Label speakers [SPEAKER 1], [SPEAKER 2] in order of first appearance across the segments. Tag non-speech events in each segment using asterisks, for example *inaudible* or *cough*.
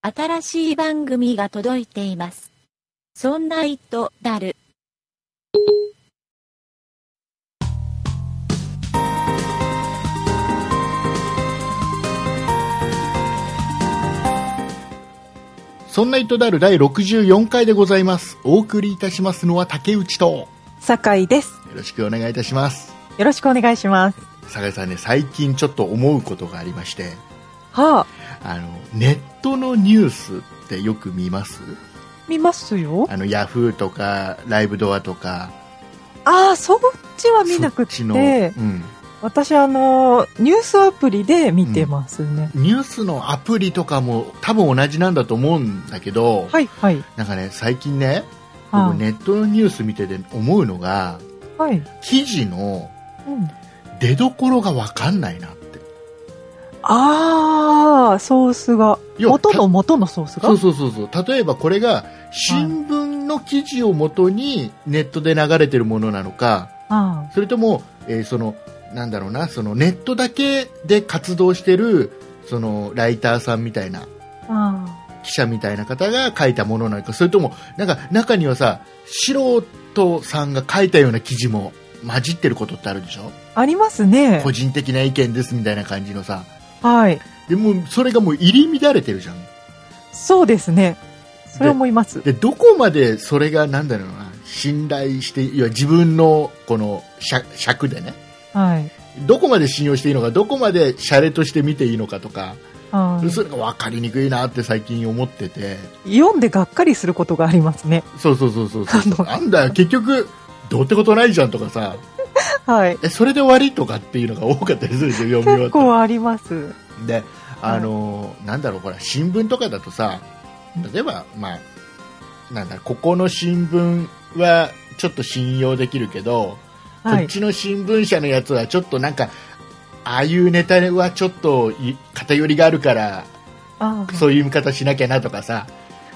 [SPEAKER 1] 新しい番組が届いています。そんな糸だる。
[SPEAKER 2] そんな糸である第64回でございます。お送りいたしますのは竹内と、よ
[SPEAKER 3] 酒井です。
[SPEAKER 2] ろしくお願いいたします。
[SPEAKER 3] よろしくお願いします。
[SPEAKER 2] 酒井さんね、最近ちょっと思うことがありまして、
[SPEAKER 3] はあ、
[SPEAKER 2] あの、ネットのニュースってよく見ます
[SPEAKER 3] 見ますよ。
[SPEAKER 2] あの、ヤフーとか、ライブドアとか、
[SPEAKER 3] ああ、そっちは見なく
[SPEAKER 2] そ
[SPEAKER 3] っ
[SPEAKER 2] っちの、う
[SPEAKER 3] て、
[SPEAKER 2] ん、
[SPEAKER 3] 私、あの、ニュースアプリで見てますね。
[SPEAKER 2] ニュースのアプリとかも多分同じなんだと思うんだけど、
[SPEAKER 3] はい、はい。
[SPEAKER 2] なんかね、最近ね、
[SPEAKER 3] は
[SPEAKER 2] 僕ネットのニュース見てて思うのが、
[SPEAKER 3] あ、はい。
[SPEAKER 2] 記事の
[SPEAKER 3] うん、
[SPEAKER 2] 出どころがわかんないなって。
[SPEAKER 3] ああ、ソースが。
[SPEAKER 2] 要は
[SPEAKER 3] 元の元のソースが
[SPEAKER 2] そうそうそうそう例えばこれが新聞の記事をもとにネットで流れてるものなのか
[SPEAKER 3] あ
[SPEAKER 2] それとも、えーそのなんだろうなそのネットだけで活動してるそのライターさんみたいな
[SPEAKER 3] あ、あ
[SPEAKER 2] 記者みたいな方が書いたものなのかそれともなんか中にはさ素人さんが書いたような記事も混じってることってあるでしょ
[SPEAKER 3] あ。ありますね
[SPEAKER 2] 個。人的な意見ですみたいな感じのさ
[SPEAKER 3] はい。
[SPEAKER 2] でもうそれがもう入り乱れてるじゃん
[SPEAKER 3] そうですね。それ思います。
[SPEAKER 2] でどこまでそれがなんだろうな信頼していや自分のこの尺尺でね
[SPEAKER 3] はい。
[SPEAKER 2] どこまで信用していいのかどこまでシャレとして見ていいのかとか、
[SPEAKER 3] はい
[SPEAKER 2] それが分かりにくいなって最近思ってて
[SPEAKER 3] 読んでがっかりすることがありますね。
[SPEAKER 2] そうそうそうそうそうなんだよ結局どうってことないじゃんとかさ
[SPEAKER 3] はい。
[SPEAKER 2] えそれで終わりとかっていうのが多かったりするで *laughs* しょ読み終わ
[SPEAKER 3] 結
[SPEAKER 2] ったら
[SPEAKER 3] 構あります。
[SPEAKER 2] であのーなんだろうほら新聞とかだとさ例えば、まあ、なんだろうここの新聞はちょっと信用できるけど、
[SPEAKER 3] は
[SPEAKER 2] こっ
[SPEAKER 3] い。
[SPEAKER 2] ちの新聞社のやつはちょっとなんかああいうネタはちょっとい偏りがあるから
[SPEAKER 3] あ
[SPEAKER 2] そういう見方しなきゃなとかさ、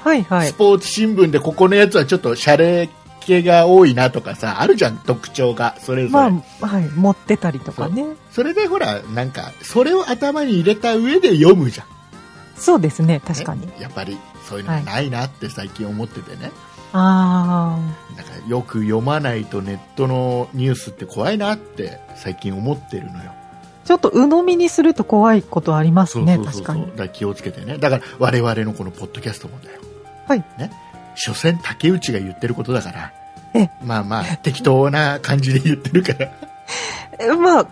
[SPEAKER 3] あ、はい、はい
[SPEAKER 2] ス。ポーツ新聞でここのやつはちょっとシャレ系が多いなとかさあるじゃん特徴がそれぞれ、
[SPEAKER 3] まあ、はい、持ってたりとかね。
[SPEAKER 2] それでほらなんかそれを頭に入れた上で読むじゃん
[SPEAKER 3] そうですね、確かに
[SPEAKER 2] ね。やっぱりそういうのがないなって最近思っててね、
[SPEAKER 3] あ
[SPEAKER 2] なんかよく読まないとネットのニュースって怖いなって最近思ってるのよ
[SPEAKER 3] あ、ちょっと鵜呑みにすると怖いことありますね、確か
[SPEAKER 2] だ
[SPEAKER 3] に。
[SPEAKER 2] から気をつけてねだから我々のこのポッドキャストもだよ
[SPEAKER 3] はい
[SPEAKER 2] ね所詮竹内が言ってることだから
[SPEAKER 3] ええ
[SPEAKER 2] まあまあ適当な感じで言ってるから
[SPEAKER 3] えまあ、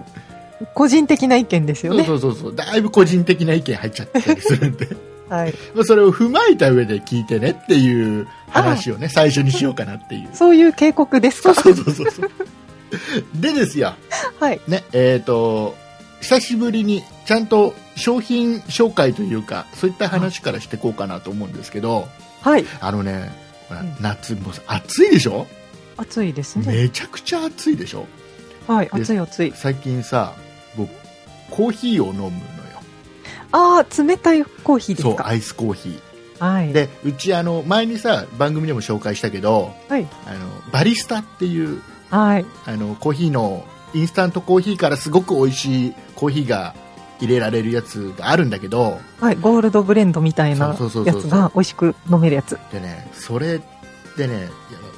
[SPEAKER 3] 個人的な意見ですよね。
[SPEAKER 2] そうそうそうそうだいぶ個人的な意見入っちゃったりするんで *laughs*
[SPEAKER 3] はい。
[SPEAKER 2] まあそれを踏まえた上で聞いてねっていう話をね最初にしようかなっていう
[SPEAKER 3] *laughs* そういう警告です
[SPEAKER 2] そ
[SPEAKER 3] か
[SPEAKER 2] うそうそうそうそうでですよ
[SPEAKER 3] はい。
[SPEAKER 2] ねえっ、と久しぶりにちゃんと商品紹介というかそういった話からしていこうかなと思うんですけど
[SPEAKER 3] はい。
[SPEAKER 2] あのねほら
[SPEAKER 3] うん
[SPEAKER 2] 夏もう暑いでしょ
[SPEAKER 3] 暑いですね。
[SPEAKER 2] めちゃくちゃ暑いでしょ
[SPEAKER 3] はい、暑い暑い。
[SPEAKER 2] 最近さ僕コーヒーを飲むのよ
[SPEAKER 3] ああ、冷たいコーヒーで
[SPEAKER 2] そ
[SPEAKER 3] す
[SPEAKER 2] う
[SPEAKER 3] か。
[SPEAKER 2] アイスコーヒー
[SPEAKER 3] はい。
[SPEAKER 2] でうちあの前にさ番組でも紹介したけど
[SPEAKER 3] はい。
[SPEAKER 2] あのバリスタっていう
[SPEAKER 3] はい。
[SPEAKER 2] あのコーヒーのインスタントコーヒーからすごく美味しいコーヒーが入れられるやつがあるんだけど
[SPEAKER 3] はい。ゴールドブレンドみたいな
[SPEAKER 2] そうそうそう
[SPEAKER 3] や
[SPEAKER 2] そうそ
[SPEAKER 3] つ
[SPEAKER 2] う
[SPEAKER 3] が美味しく飲めるやつ。
[SPEAKER 2] でねそれでねいや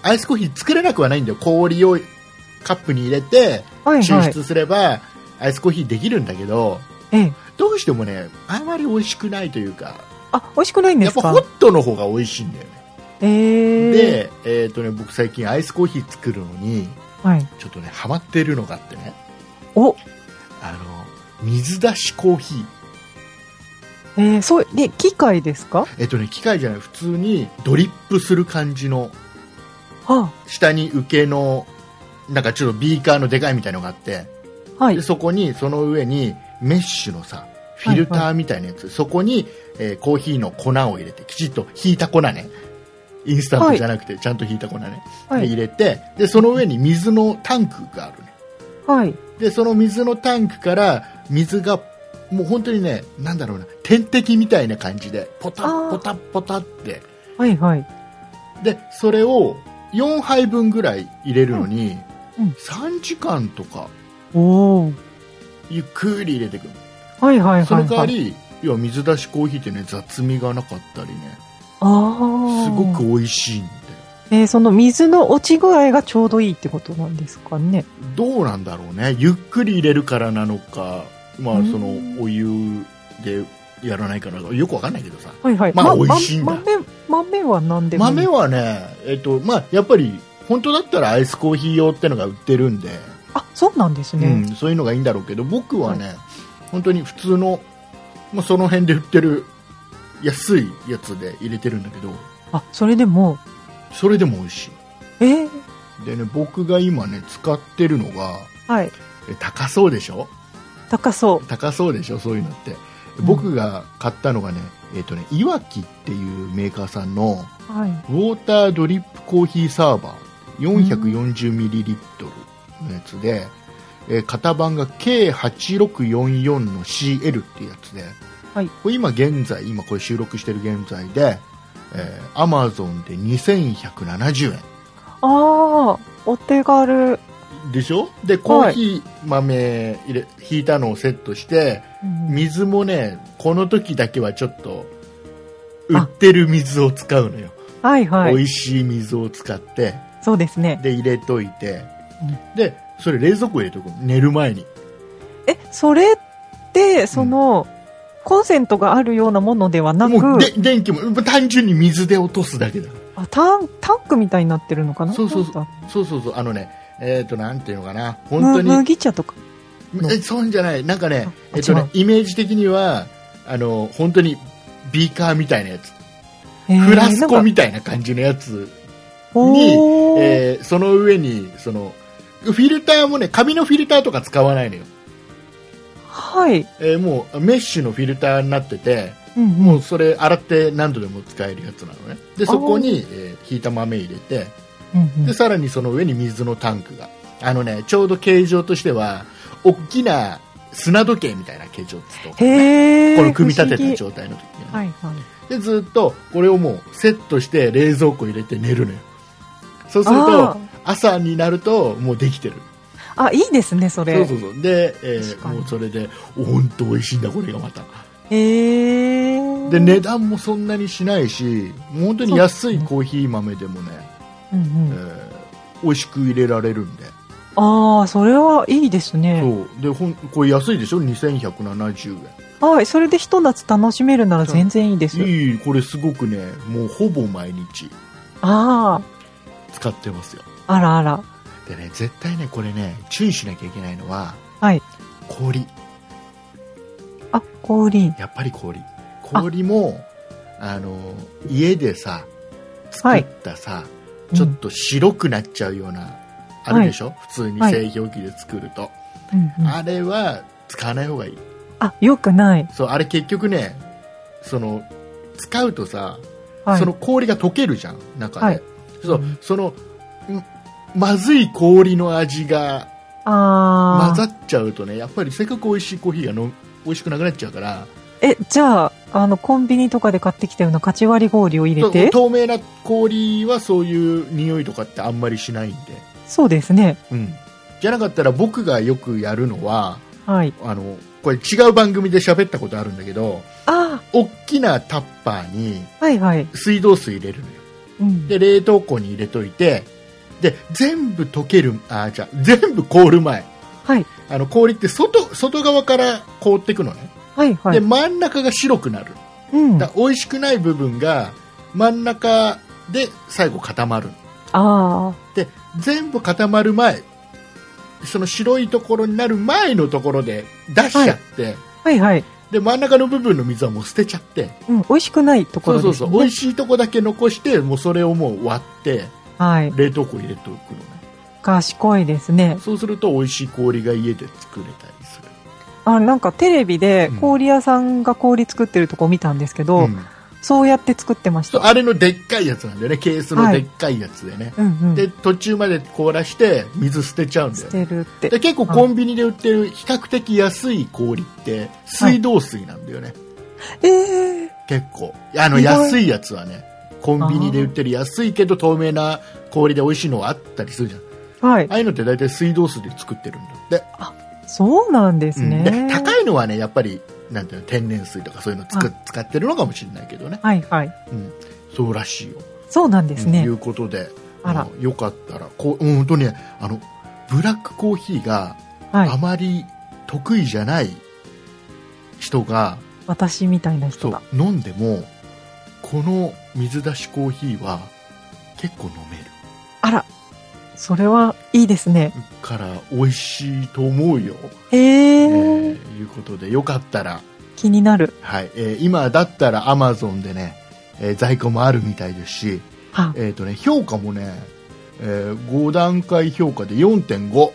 [SPEAKER 2] アイスコーヒー作れなくはないんだよ氷をカップに入れて
[SPEAKER 3] はい、
[SPEAKER 2] 抽
[SPEAKER 3] はい。
[SPEAKER 2] 出すればアイスコーヒーできるんだけど
[SPEAKER 3] ええ。
[SPEAKER 2] どうしてもねあまり美味しくないというか
[SPEAKER 3] あ、美味しくないんで
[SPEAKER 2] やっ
[SPEAKER 3] す
[SPEAKER 2] ぱ
[SPEAKER 3] か
[SPEAKER 2] ホットの方が美味しいんだよね
[SPEAKER 3] ええ。
[SPEAKER 2] で、えーとね、僕最近アイスコーヒー作るのに
[SPEAKER 3] はい。
[SPEAKER 2] ちょっとねハマってるのがあってね
[SPEAKER 3] お、
[SPEAKER 2] あの水出しコーヒー
[SPEAKER 3] ええ、そう、で、機械ですか
[SPEAKER 2] えっとね、機械じゃない普通にドリップする感じの
[SPEAKER 3] あ
[SPEAKER 2] 下に受けのなんかちょっとビーカーのでかいみたいのがあって
[SPEAKER 3] あ、はい
[SPEAKER 2] で。そこにその上にメッシュのさフィルターみたいなやつ、そこに、えーコーヒーの粉を入れてきちっとひいた粉ねインスタントじゃなくて、ちゃんとひいた粉ね、
[SPEAKER 3] は
[SPEAKER 2] で
[SPEAKER 3] い
[SPEAKER 2] 入。れてでその上に水のタンクがあるね
[SPEAKER 3] はい。
[SPEAKER 2] でその水のタンクから水がもう本当にねなんだろうな点滴みたいな感じでポタッポタッポタッって
[SPEAKER 3] はいはい。
[SPEAKER 2] でそれを4杯分ぐらい入れるのに、
[SPEAKER 3] うんうん
[SPEAKER 2] 3時間とか
[SPEAKER 3] おお。
[SPEAKER 2] ゆっくり入れていくる
[SPEAKER 3] はいはいはい、はい。
[SPEAKER 2] その代わりいや水出しコーヒーってね雑味がなかったりね
[SPEAKER 3] ああ。
[SPEAKER 2] すごく。美味しいんで
[SPEAKER 3] えーその水の落ち具合がちょうどいいってことなんですかね。
[SPEAKER 2] どうなんだろうねゆっくり入れるからなのかま
[SPEAKER 3] う
[SPEAKER 2] あ
[SPEAKER 3] ん
[SPEAKER 2] そのお湯でやらないからよくわかんないけどさ
[SPEAKER 3] はいはい。
[SPEAKER 2] まあ美味しいんだ
[SPEAKER 3] 豆、豆は何でもいい。
[SPEAKER 2] 豆はねえっとまあやっぱり本当だったらアイスコーヒー用ってのが売ってるんで、
[SPEAKER 3] あ、そうなんです
[SPEAKER 2] う
[SPEAKER 3] ね。
[SPEAKER 2] ん、そういうのがいいんだろうけど僕はね、本当に普通の、まあ、その辺で売ってる安いやつで入れてるんだけど
[SPEAKER 3] あ、それでも、
[SPEAKER 2] それでも美味し
[SPEAKER 3] えー
[SPEAKER 2] いでね僕が今ね使ってるのが
[SPEAKER 3] はい。
[SPEAKER 2] え高そうでしょ
[SPEAKER 3] 高そ
[SPEAKER 2] 高そうでしょそういうのって
[SPEAKER 3] うん
[SPEAKER 2] 僕が買ったのがね,、えっとねいわきっていうメーカーさんの
[SPEAKER 3] う。はい。
[SPEAKER 2] ウォータードリップコーヒーサーバー 440ml のやつで、えー型番が K8644 の CL っていうやつで、
[SPEAKER 3] はい
[SPEAKER 2] これ今現在今これ収録してる現在で、えー、Amazon で2170円
[SPEAKER 3] ああ、お手軽。
[SPEAKER 2] でしょでコーヒー豆入れひいたのをセットして
[SPEAKER 3] うん
[SPEAKER 2] 水もねこの時だけはちょっと売ってる水を使うのよ、
[SPEAKER 3] はいは
[SPEAKER 2] 美
[SPEAKER 3] い。
[SPEAKER 2] 味しい水を使って
[SPEAKER 3] そうですね。
[SPEAKER 2] で入れといて、
[SPEAKER 3] う
[SPEAKER 2] でそれ冷蔵庫入れとくの寝る前に
[SPEAKER 3] え、それって、その、コンセントがあるようなものではなく、
[SPEAKER 2] もうで電気も単純に水で落とすだけだ
[SPEAKER 3] あタンタンクみたいになってるのかな
[SPEAKER 2] そうそうそう
[SPEAKER 3] なんだ
[SPEAKER 2] そうそうそうあのねえっ、となんていうのかな
[SPEAKER 3] む
[SPEAKER 2] 本当に、
[SPEAKER 3] 麦茶とか。麦
[SPEAKER 2] えそうじゃないなんかね
[SPEAKER 3] あ
[SPEAKER 2] えっ、と
[SPEAKER 3] 違
[SPEAKER 2] ね
[SPEAKER 3] う
[SPEAKER 2] イメージ的にはあの本当にビーカーみたいなやつ、
[SPEAKER 3] えー
[SPEAKER 2] フラスコ
[SPEAKER 3] なんか
[SPEAKER 2] みたいな感じのやつ
[SPEAKER 3] おー
[SPEAKER 2] えーその上にそのフィルターもね紙のフィルターとか使わないのよ、
[SPEAKER 3] はい。
[SPEAKER 2] えーもうメッシュのフィルターになってて
[SPEAKER 3] うんうん
[SPEAKER 2] もうそれ洗って何度でも使えるやつなのねでそこに、えー、引いた豆入れて
[SPEAKER 3] うんう
[SPEAKER 2] で
[SPEAKER 3] ん
[SPEAKER 2] さらにその上に水のタンクがあのねちょうど形状としては大きな砂時計みたいな形状って言うと
[SPEAKER 3] へえ。
[SPEAKER 2] この組み立
[SPEAKER 3] 不
[SPEAKER 2] て
[SPEAKER 3] 思
[SPEAKER 2] た
[SPEAKER 3] 議
[SPEAKER 2] 状態の時にね、
[SPEAKER 3] はいはい。
[SPEAKER 2] でずっとこれをもうセットして冷蔵庫入れて寝るのよそうする
[SPEAKER 3] あ
[SPEAKER 2] と朝になるともうできてる
[SPEAKER 3] あ、いいですね、そ
[SPEAKER 2] そう
[SPEAKER 3] れ。
[SPEAKER 2] そうそうで、えー
[SPEAKER 3] 確かに
[SPEAKER 2] もうそれで本当美味しいんだこれがまた
[SPEAKER 3] へえ。
[SPEAKER 2] で値段もそんなにしないしもう本当に安いコーヒー豆でもね、
[SPEAKER 3] うんうん。
[SPEAKER 2] えー美味しく入れられるんで、
[SPEAKER 3] ああ、それはいいですね。
[SPEAKER 2] そうでほんこれ安いでしょ2170
[SPEAKER 3] はい、それでひと夏楽しめるなら全然いいです。
[SPEAKER 2] 円いいこれすごくねもうほぼ毎日
[SPEAKER 3] あ
[SPEAKER 2] 使ってますよ
[SPEAKER 3] あ、あらあら。
[SPEAKER 2] でね絶対ねこれね注意しなきゃいけないのは、
[SPEAKER 3] はい
[SPEAKER 2] 氷
[SPEAKER 3] あ、氷。
[SPEAKER 2] やっぱり氷氷もあの家でさ作ったさ、ちょっと白くなっちゃうような、あるでしょ、普通に
[SPEAKER 3] はい
[SPEAKER 2] 製氷機で作ると、
[SPEAKER 3] うんうんうん
[SPEAKER 2] あれは使わない方がいい
[SPEAKER 3] あ、よくない。
[SPEAKER 2] そうあれ結局ねその使うとさ、
[SPEAKER 3] はい。
[SPEAKER 2] その氷が溶けるじゃん中で、
[SPEAKER 3] はい
[SPEAKER 2] そう
[SPEAKER 3] うん
[SPEAKER 2] そのんまずい氷の味が
[SPEAKER 3] あ
[SPEAKER 2] 混ざ
[SPEAKER 3] あ。
[SPEAKER 2] っちゃうとねやっぱりせっかく美味しいコーヒーがの美味しくなくなっちゃうから
[SPEAKER 3] え、じゃあ、あの、コンビニとかで買ってきたようなカチ割り氷を入れて
[SPEAKER 2] そう透明な氷はそういう匂いとかってあんまりしないんで、
[SPEAKER 3] そうですね。
[SPEAKER 2] うん、じゃなかったら僕がよくやるのは
[SPEAKER 3] はい。
[SPEAKER 2] あのこれ違う番組で喋ったことあるんだけど
[SPEAKER 3] あ
[SPEAKER 2] 大きなタッパーに
[SPEAKER 3] あ、はいはい。
[SPEAKER 2] 水道水入れるのよ
[SPEAKER 3] うん。
[SPEAKER 2] で冷凍庫に入れといてで全部溶けるあじゃあ全部凍る前
[SPEAKER 3] はい。
[SPEAKER 2] あの氷って外外側から凍ってくのね、
[SPEAKER 3] はいはい。
[SPEAKER 2] で真ん中が白くなる
[SPEAKER 3] うん。
[SPEAKER 2] だ
[SPEAKER 3] あ
[SPEAKER 2] から美味しくない部分が真ん中で最後固まる
[SPEAKER 3] あ
[SPEAKER 2] で全部固まる前その白いところになる前のところで出しちゃって、
[SPEAKER 3] ー。はいはい。
[SPEAKER 2] で真ん中の部分の水はもう捨てちゃって
[SPEAKER 3] うん。美味しくないとこ
[SPEAKER 2] そう
[SPEAKER 3] ろ
[SPEAKER 2] そ
[SPEAKER 3] で
[SPEAKER 2] う
[SPEAKER 3] す
[SPEAKER 2] そ
[SPEAKER 3] ね。
[SPEAKER 2] う美味しいとこだけ残してもうそれをもう割って
[SPEAKER 3] はい。
[SPEAKER 2] 冷凍庫入れておくのね
[SPEAKER 3] 賢いですね。
[SPEAKER 2] そうすると美味しい氷が家で作れたりする
[SPEAKER 3] あ、なんかテレビで
[SPEAKER 2] うん
[SPEAKER 3] 氷屋さんが氷作ってるとこ見たんですけど、
[SPEAKER 2] うん
[SPEAKER 3] そうやって作ってまし
[SPEAKER 2] そう
[SPEAKER 3] た。
[SPEAKER 2] あれのでっかいやつなんだよねケースのでっかいやつでね、
[SPEAKER 3] うんうん。
[SPEAKER 2] で途中まで凍らして水捨てちゃうんだ
[SPEAKER 3] 捨
[SPEAKER 2] よ
[SPEAKER 3] てるって。
[SPEAKER 2] で結構コンビニで売ってる比較的安い氷って水道水なんだよね、
[SPEAKER 3] ええ
[SPEAKER 2] 結構あの
[SPEAKER 3] 意外
[SPEAKER 2] 安いやつはねコンビニで売ってる安いけど透明な氷で美味しいのはあったりするじゃんあ
[SPEAKER 3] はい。
[SPEAKER 2] あいうのって大体水道水で作ってるんだよで,
[SPEAKER 3] そうなんです
[SPEAKER 2] うん、
[SPEAKER 3] ね。
[SPEAKER 2] で高いのはねやっぱりなんていうの天然水とかそういうのつく使ってるのかもしれないけどね、
[SPEAKER 3] はいはい。
[SPEAKER 2] うん、そうらしいよ。
[SPEAKER 3] そうなんです
[SPEAKER 2] うん
[SPEAKER 3] ね
[SPEAKER 2] い。うことで
[SPEAKER 3] あら
[SPEAKER 2] もうよかったらこう、うん、本当にねあのブラックコーヒーが
[SPEAKER 3] はい
[SPEAKER 2] あ。まり得意じゃない人が、
[SPEAKER 3] 私みたいな人
[SPEAKER 2] そう
[SPEAKER 3] が。
[SPEAKER 2] 飲んでもこの水出しコーヒーは結構飲める
[SPEAKER 3] あら。それはいいですね。
[SPEAKER 2] から美味しいと思うよ。
[SPEAKER 3] へ
[SPEAKER 2] え
[SPEAKER 3] え
[SPEAKER 2] ーいうことでよかったら、
[SPEAKER 3] 気になる。
[SPEAKER 2] はいえー今だったら Amazon でね、えー在庫もあるみたいですし、
[SPEAKER 3] は
[SPEAKER 2] えーとね、評価もね、え5段階評価で4.5。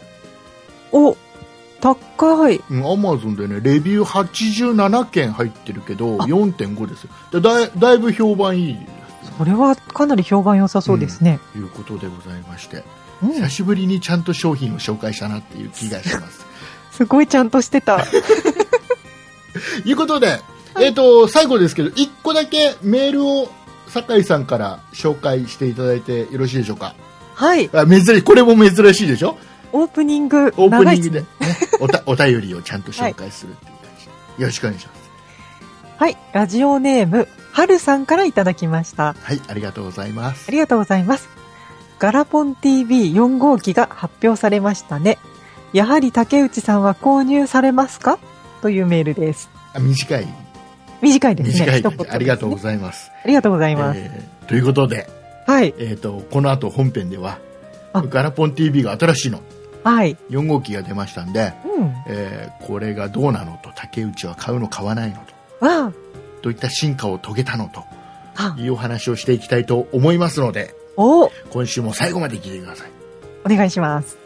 [SPEAKER 3] お、高い。
[SPEAKER 2] うん、アマゾンでね、レビュー87件入ってるけど、
[SPEAKER 3] あ
[SPEAKER 2] 4.5ですよだ。だいだいぶ評判いい
[SPEAKER 3] それはかなり評判良さそうですね。
[SPEAKER 2] ということでございまして、
[SPEAKER 3] うん。
[SPEAKER 2] 久しぶりにちゃんと商品を紹介したなっていう気がし
[SPEAKER 3] *laughs*
[SPEAKER 2] ます。
[SPEAKER 3] すごいちゃんとして
[SPEAKER 2] *laughs*
[SPEAKER 3] た。
[SPEAKER 2] ということで、えっ、と、最後ですけど、1個だけメールを酒井さんから紹介していただいてよろしいでしょうか。
[SPEAKER 3] はい。
[SPEAKER 2] あ珍しい、これも珍しいでしょ
[SPEAKER 3] オープニング、
[SPEAKER 2] オープ
[SPEAKER 3] 長い
[SPEAKER 2] ニン
[SPEAKER 3] で
[SPEAKER 2] グ
[SPEAKER 3] す
[SPEAKER 2] で、
[SPEAKER 3] ね
[SPEAKER 2] ね。、お
[SPEAKER 3] *laughs*
[SPEAKER 2] たお便りをちゃんと紹介するっていう感じで、よろしくお願いします。
[SPEAKER 3] はい。ラジオネーム、はるさんからいただきました。
[SPEAKER 2] はい、ありがとうございます
[SPEAKER 3] あ。りがとうございます。ガラポン TV4 号機が発表されましたね。やはり竹内さんは購入されますかというメールです。
[SPEAKER 2] あ短い、
[SPEAKER 3] 短いですね。
[SPEAKER 2] 短い、
[SPEAKER 3] 一言ですね
[SPEAKER 2] ありがとうございます。
[SPEAKER 3] ありがとうございます。
[SPEAKER 2] えーということで、
[SPEAKER 3] はい。
[SPEAKER 2] えー、とこの後本編では
[SPEAKER 3] あ
[SPEAKER 2] ガラポン TV が新しいの
[SPEAKER 3] はい。
[SPEAKER 2] 4号機が出ましたんで、
[SPEAKER 3] うん。
[SPEAKER 2] えーこれがどうなのと竹内は買うの買わないのと
[SPEAKER 3] わ
[SPEAKER 2] どういった進化を遂げたのと
[SPEAKER 3] あ。あ
[SPEAKER 2] いうお話をしていきたいと思いますので
[SPEAKER 3] おお
[SPEAKER 2] 今週も最後まで聞いてください
[SPEAKER 3] 願いします。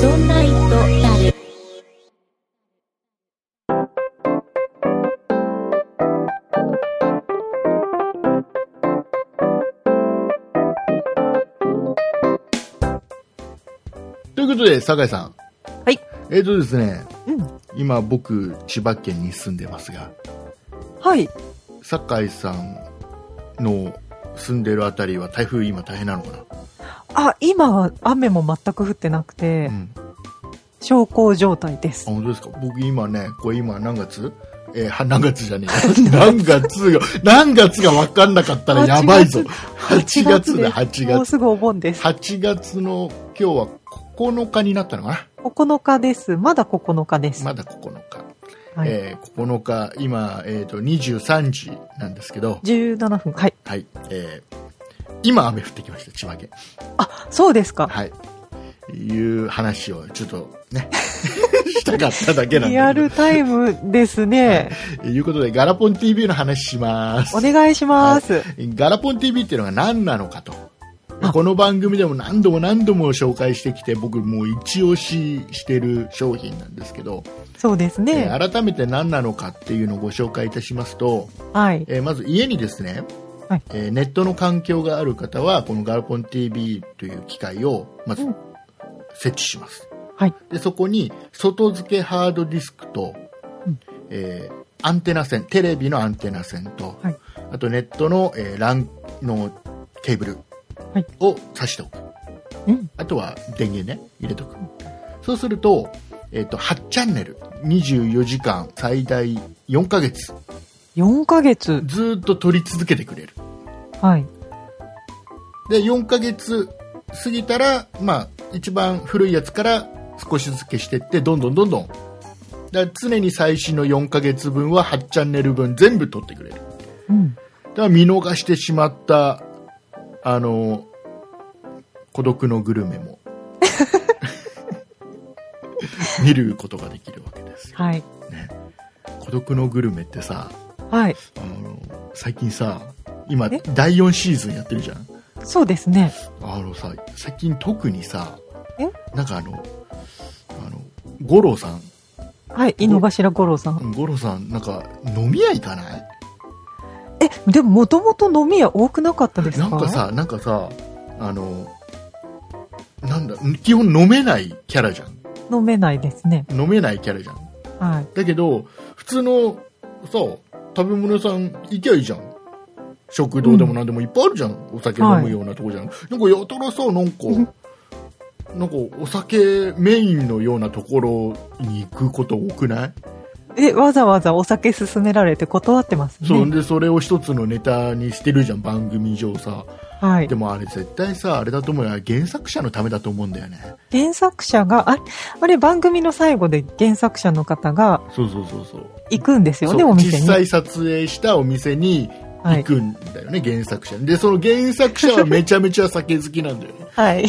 [SPEAKER 1] そんな糸だる、
[SPEAKER 2] ということで酒井さん
[SPEAKER 3] はい
[SPEAKER 2] えっ、とですね
[SPEAKER 3] うん。
[SPEAKER 2] 今僕千葉県に住んでますが
[SPEAKER 3] はい。
[SPEAKER 2] 酒井さんの住んでるあたりは台風今大変なのかな、
[SPEAKER 3] あ、今は雨も全く降ってなくて
[SPEAKER 2] う、ん
[SPEAKER 3] 小康状態です
[SPEAKER 2] あ。本当ですか僕今ね、これ今何月えーは何月じゃねえ。 *laughs* 何月が、何月が分かんなかったらやばいぞ。8月だ、8
[SPEAKER 3] もう
[SPEAKER 2] 月。
[SPEAKER 3] すぐお盆です。
[SPEAKER 2] 8月の今日は9日になったのかな
[SPEAKER 3] 9日です。まだ9日です。
[SPEAKER 2] まだ9日。
[SPEAKER 3] はい
[SPEAKER 2] えー9日、今、えっ、と、23時なんですけど、
[SPEAKER 3] 17分。はい。
[SPEAKER 2] はい、えー今雨降ってきました、千葉県。
[SPEAKER 3] あ、そうですか。
[SPEAKER 2] はい。いう話をちょっとね、 *laughs* したかっただけなん
[SPEAKER 3] リア
[SPEAKER 2] で
[SPEAKER 3] ルタイムですね。
[SPEAKER 2] す。いうことで、ガラポン TV の話します。
[SPEAKER 3] お願いします。
[SPEAKER 2] ガラポン TV っていうのが何なのかと
[SPEAKER 3] あ。
[SPEAKER 2] この番組でも何度も何度も紹介してきて僕もう一押ししてる商品なんですけど、
[SPEAKER 3] そうです
[SPEAKER 2] え
[SPEAKER 3] ね。
[SPEAKER 2] ー改めて何なのかっていうのをご紹介いたしますと、
[SPEAKER 3] はい。
[SPEAKER 2] えーまず家にですね、
[SPEAKER 3] はい
[SPEAKER 2] えーネットの環境がある方はこのガラポン TV という機械をまず
[SPEAKER 3] うん
[SPEAKER 2] 設置します、
[SPEAKER 3] はい
[SPEAKER 2] でそこに外付けハードディスクと、
[SPEAKER 3] うん
[SPEAKER 2] えーアンテナ線テレビのアンテナ線と、
[SPEAKER 3] はい
[SPEAKER 2] あとネットの、えー LAN のケーブル
[SPEAKER 3] はい
[SPEAKER 2] を挿しておく、
[SPEAKER 3] うん
[SPEAKER 2] あとは電源ね入れとくそうすると,、えー、と8チャンネル24時間最大4ヶ月
[SPEAKER 3] 4ヶ月。
[SPEAKER 2] ずーっと撮り続けてくれる
[SPEAKER 3] はい。
[SPEAKER 2] で4ヶ月過ぎたら、まあ、一番古いやつから少しずつ消していってどんどんどんどんだから常に最新の4ヶ月分は8チャンネル分全部取ってくれるだか
[SPEAKER 3] うん。
[SPEAKER 2] ら見逃してしまったあの孤独のグルメ
[SPEAKER 3] *laughs*
[SPEAKER 2] も見ることができるわけですよ
[SPEAKER 3] はい。
[SPEAKER 2] 孤独のグルメってさ
[SPEAKER 3] はい。
[SPEAKER 2] あの最近さ今
[SPEAKER 3] え
[SPEAKER 2] 第4シーズンやってるじゃん
[SPEAKER 3] そうですね。
[SPEAKER 2] あのさ最近特にさ
[SPEAKER 3] え
[SPEAKER 2] なんかあのあの五郎さん
[SPEAKER 3] はい、井の頭五郎さん。
[SPEAKER 2] うん五郎さんなんか飲み屋行かない
[SPEAKER 3] え、でももともと飲み屋多くなかったです
[SPEAKER 2] な
[SPEAKER 3] か
[SPEAKER 2] んか、さなんかさあのなんだ基本飲めないキャラじゃん
[SPEAKER 3] 飲めないですね。
[SPEAKER 2] 飲めないキャラじゃん
[SPEAKER 3] はい。
[SPEAKER 2] だけど普通のさ食べ物屋さん行きゃいいじゃん食堂でも何でもいっぱいあるじゃん、お酒飲むようなとこじゃん、なんかやたらさなんかなんかお酒メインのようなところに行くこと多くない、
[SPEAKER 3] え、わざわざお酒勧められて断ってますね。
[SPEAKER 2] そうでそれを一つのネタにしてるじゃん番組上さ
[SPEAKER 3] はい
[SPEAKER 2] で。もあれ絶対さあれだと思うよ原作者のためだと思うんだよね
[SPEAKER 3] 原作者が、あれ、あれ番組の最後で原作者の方が
[SPEAKER 2] そうそうそうそう
[SPEAKER 3] 行くんですよね、
[SPEAKER 2] そう
[SPEAKER 3] お店
[SPEAKER 2] 実
[SPEAKER 3] に。
[SPEAKER 2] 際撮影したお店に
[SPEAKER 3] は
[SPEAKER 2] 行
[SPEAKER 3] い。
[SPEAKER 2] くんだよね、原作者にでその原作者はめちゃめちゃ酒好きなんだよね *laughs*
[SPEAKER 3] はい。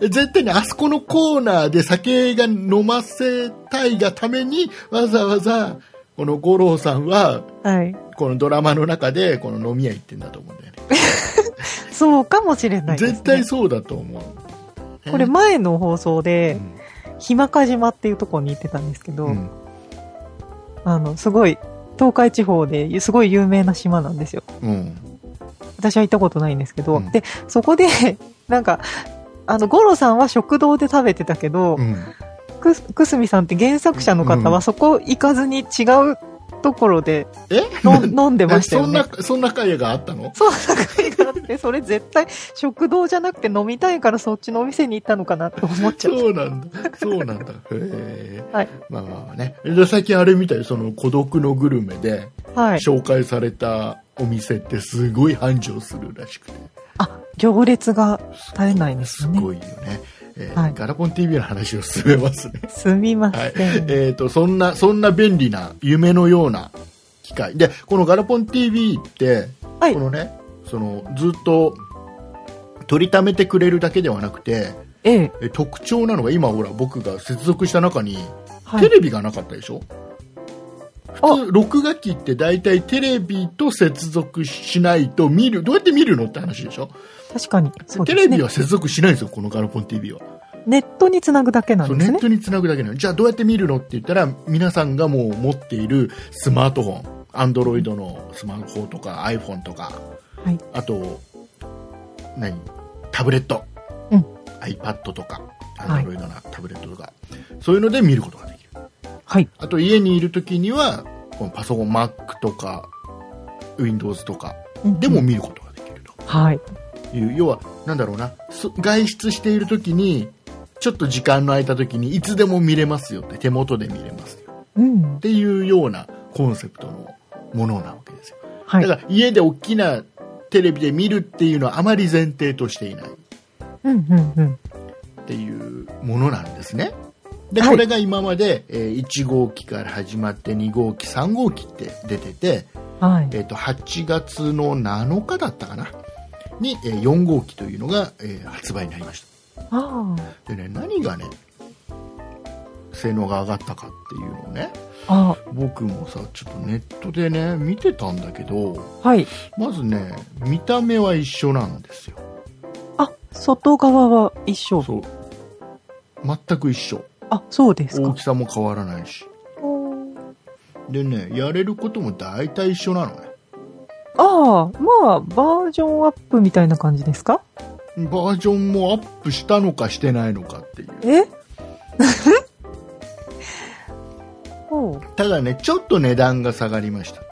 [SPEAKER 2] え絶対にあそこのコーナーで酒が飲ませたいがためにわざわざこの五郎さんは
[SPEAKER 3] はい。
[SPEAKER 2] このドラマの中でこの飲み屋行ってんだと思うんだよね
[SPEAKER 3] そうかもしれないです、ね。
[SPEAKER 2] 絶対そうだと思う
[SPEAKER 3] これ前の放送
[SPEAKER 2] う
[SPEAKER 3] で、
[SPEAKER 2] ん
[SPEAKER 3] ひまか島っていうところに行ってたんですけど、
[SPEAKER 2] うん
[SPEAKER 3] あの、すごい、東海地方ですごい有名な島なんですよ。
[SPEAKER 2] うん
[SPEAKER 3] 私は行ったことないんですけど、
[SPEAKER 2] うん
[SPEAKER 3] で、そこで、なんか、あの、ゴロさんは食堂で食べてたけど、
[SPEAKER 2] うん
[SPEAKER 3] くすくすみさんって原作者の方
[SPEAKER 2] う
[SPEAKER 3] は
[SPEAKER 2] ん
[SPEAKER 3] そこ行かずに違うところで
[SPEAKER 2] え
[SPEAKER 3] の、飲んでました
[SPEAKER 2] そ *laughs*
[SPEAKER 3] よ
[SPEAKER 2] ん
[SPEAKER 3] ね
[SPEAKER 2] な。そんな会があったの
[SPEAKER 3] そう、酒があって、それ絶対食堂じゃなくて飲みたいからそっちのお店に行ったのかなって思っちゃう。
[SPEAKER 2] そうなんだ。そうなんだ。へえ。
[SPEAKER 3] はい
[SPEAKER 2] まあまあまあね。で、最近あれみたい、その孤独のグルメで
[SPEAKER 3] はい。
[SPEAKER 2] 紹介されたお店ってすごい繁盛するらしくて。
[SPEAKER 3] あ、行列が絶えないんです
[SPEAKER 2] す
[SPEAKER 3] よね。
[SPEAKER 2] ごいよね。えー
[SPEAKER 3] はい
[SPEAKER 2] ガラポン TV の話を進めますね。 *laughs*
[SPEAKER 3] すみま
[SPEAKER 2] はい。
[SPEAKER 3] せん。
[SPEAKER 2] えっ、と、そんな、そんな便利な夢のような機械。で、このガラポン TV って、
[SPEAKER 3] はい
[SPEAKER 2] このね、その、ずっと取りためてくれるだけではなくて、
[SPEAKER 3] ええ、
[SPEAKER 2] え特徴なのが今ほら僕が接続した中に、
[SPEAKER 3] はい
[SPEAKER 2] テ。レビがなかったでしょ
[SPEAKER 3] あ
[SPEAKER 2] 普通録画機って大体テレビと接続しないと見るどうやって見るのって話でしょ
[SPEAKER 3] 確かに。そうで
[SPEAKER 2] テ
[SPEAKER 3] すね
[SPEAKER 2] レビは接続しないんですよこのガラポン TV は、
[SPEAKER 3] ネットにつなぐだけな
[SPEAKER 2] そうん
[SPEAKER 3] で
[SPEAKER 2] ネ
[SPEAKER 3] す
[SPEAKER 2] ッ
[SPEAKER 3] ね。
[SPEAKER 2] トにつなぐだけなのじゃあどうやって見るのって言ったら皆さんがもう持っているスマートフォンアンドロイドのスマホとか iPhone とか
[SPEAKER 3] はい。
[SPEAKER 2] あと何タブレット、
[SPEAKER 3] うん
[SPEAKER 2] iPad とかア
[SPEAKER 3] は
[SPEAKER 2] ン
[SPEAKER 3] い
[SPEAKER 2] ドロイドのタブレットとか、そういうので見ることができる
[SPEAKER 3] はい。
[SPEAKER 2] あと家にいる時にはこのパソコン Mac とか Windows とか
[SPEAKER 3] うん
[SPEAKER 2] でも、見ることができる
[SPEAKER 3] はい。
[SPEAKER 2] という、要はなんだろうなそ外出している時にちょっと時間の空いた時にいつでも見れますよって手元で見れますよ
[SPEAKER 3] うん
[SPEAKER 2] っ。ていうようなコンセプトのものなわけですよ
[SPEAKER 3] は
[SPEAKER 2] だ
[SPEAKER 3] い。
[SPEAKER 2] から家で大きなテレビで見るっていうのはあまり前提としていない
[SPEAKER 3] うん、うん、うん。
[SPEAKER 2] っていうものなんですね。で、
[SPEAKER 3] はい
[SPEAKER 2] これが今まで、えー1号機から始まって2号機、3号機って出てて、
[SPEAKER 3] はい。
[SPEAKER 2] えー、と8月の7日だったかなに、えー4号機というのが、えー発売になりまし
[SPEAKER 3] あ
[SPEAKER 2] た。でね、何がね、性能が上がったかっていうのをね、
[SPEAKER 3] あ。あ
[SPEAKER 2] 僕もさ、ちょっとネットでね、見てたんだけど、
[SPEAKER 3] あ。はい。
[SPEAKER 2] まずね、見た目は一緒なんですよ。
[SPEAKER 3] あ、外側は一緒。
[SPEAKER 2] そう。全く一緒。
[SPEAKER 3] あ、そうです
[SPEAKER 2] 大
[SPEAKER 3] か
[SPEAKER 2] き。さも変わらないし。でねやれることも大体一緒なのね
[SPEAKER 3] ああ、まあ、バージョンアップみたいな感じですか
[SPEAKER 2] バージョンもアップしたのかしてないのかっていう
[SPEAKER 3] え *laughs* おう
[SPEAKER 2] ただねちょっと値段が下がりました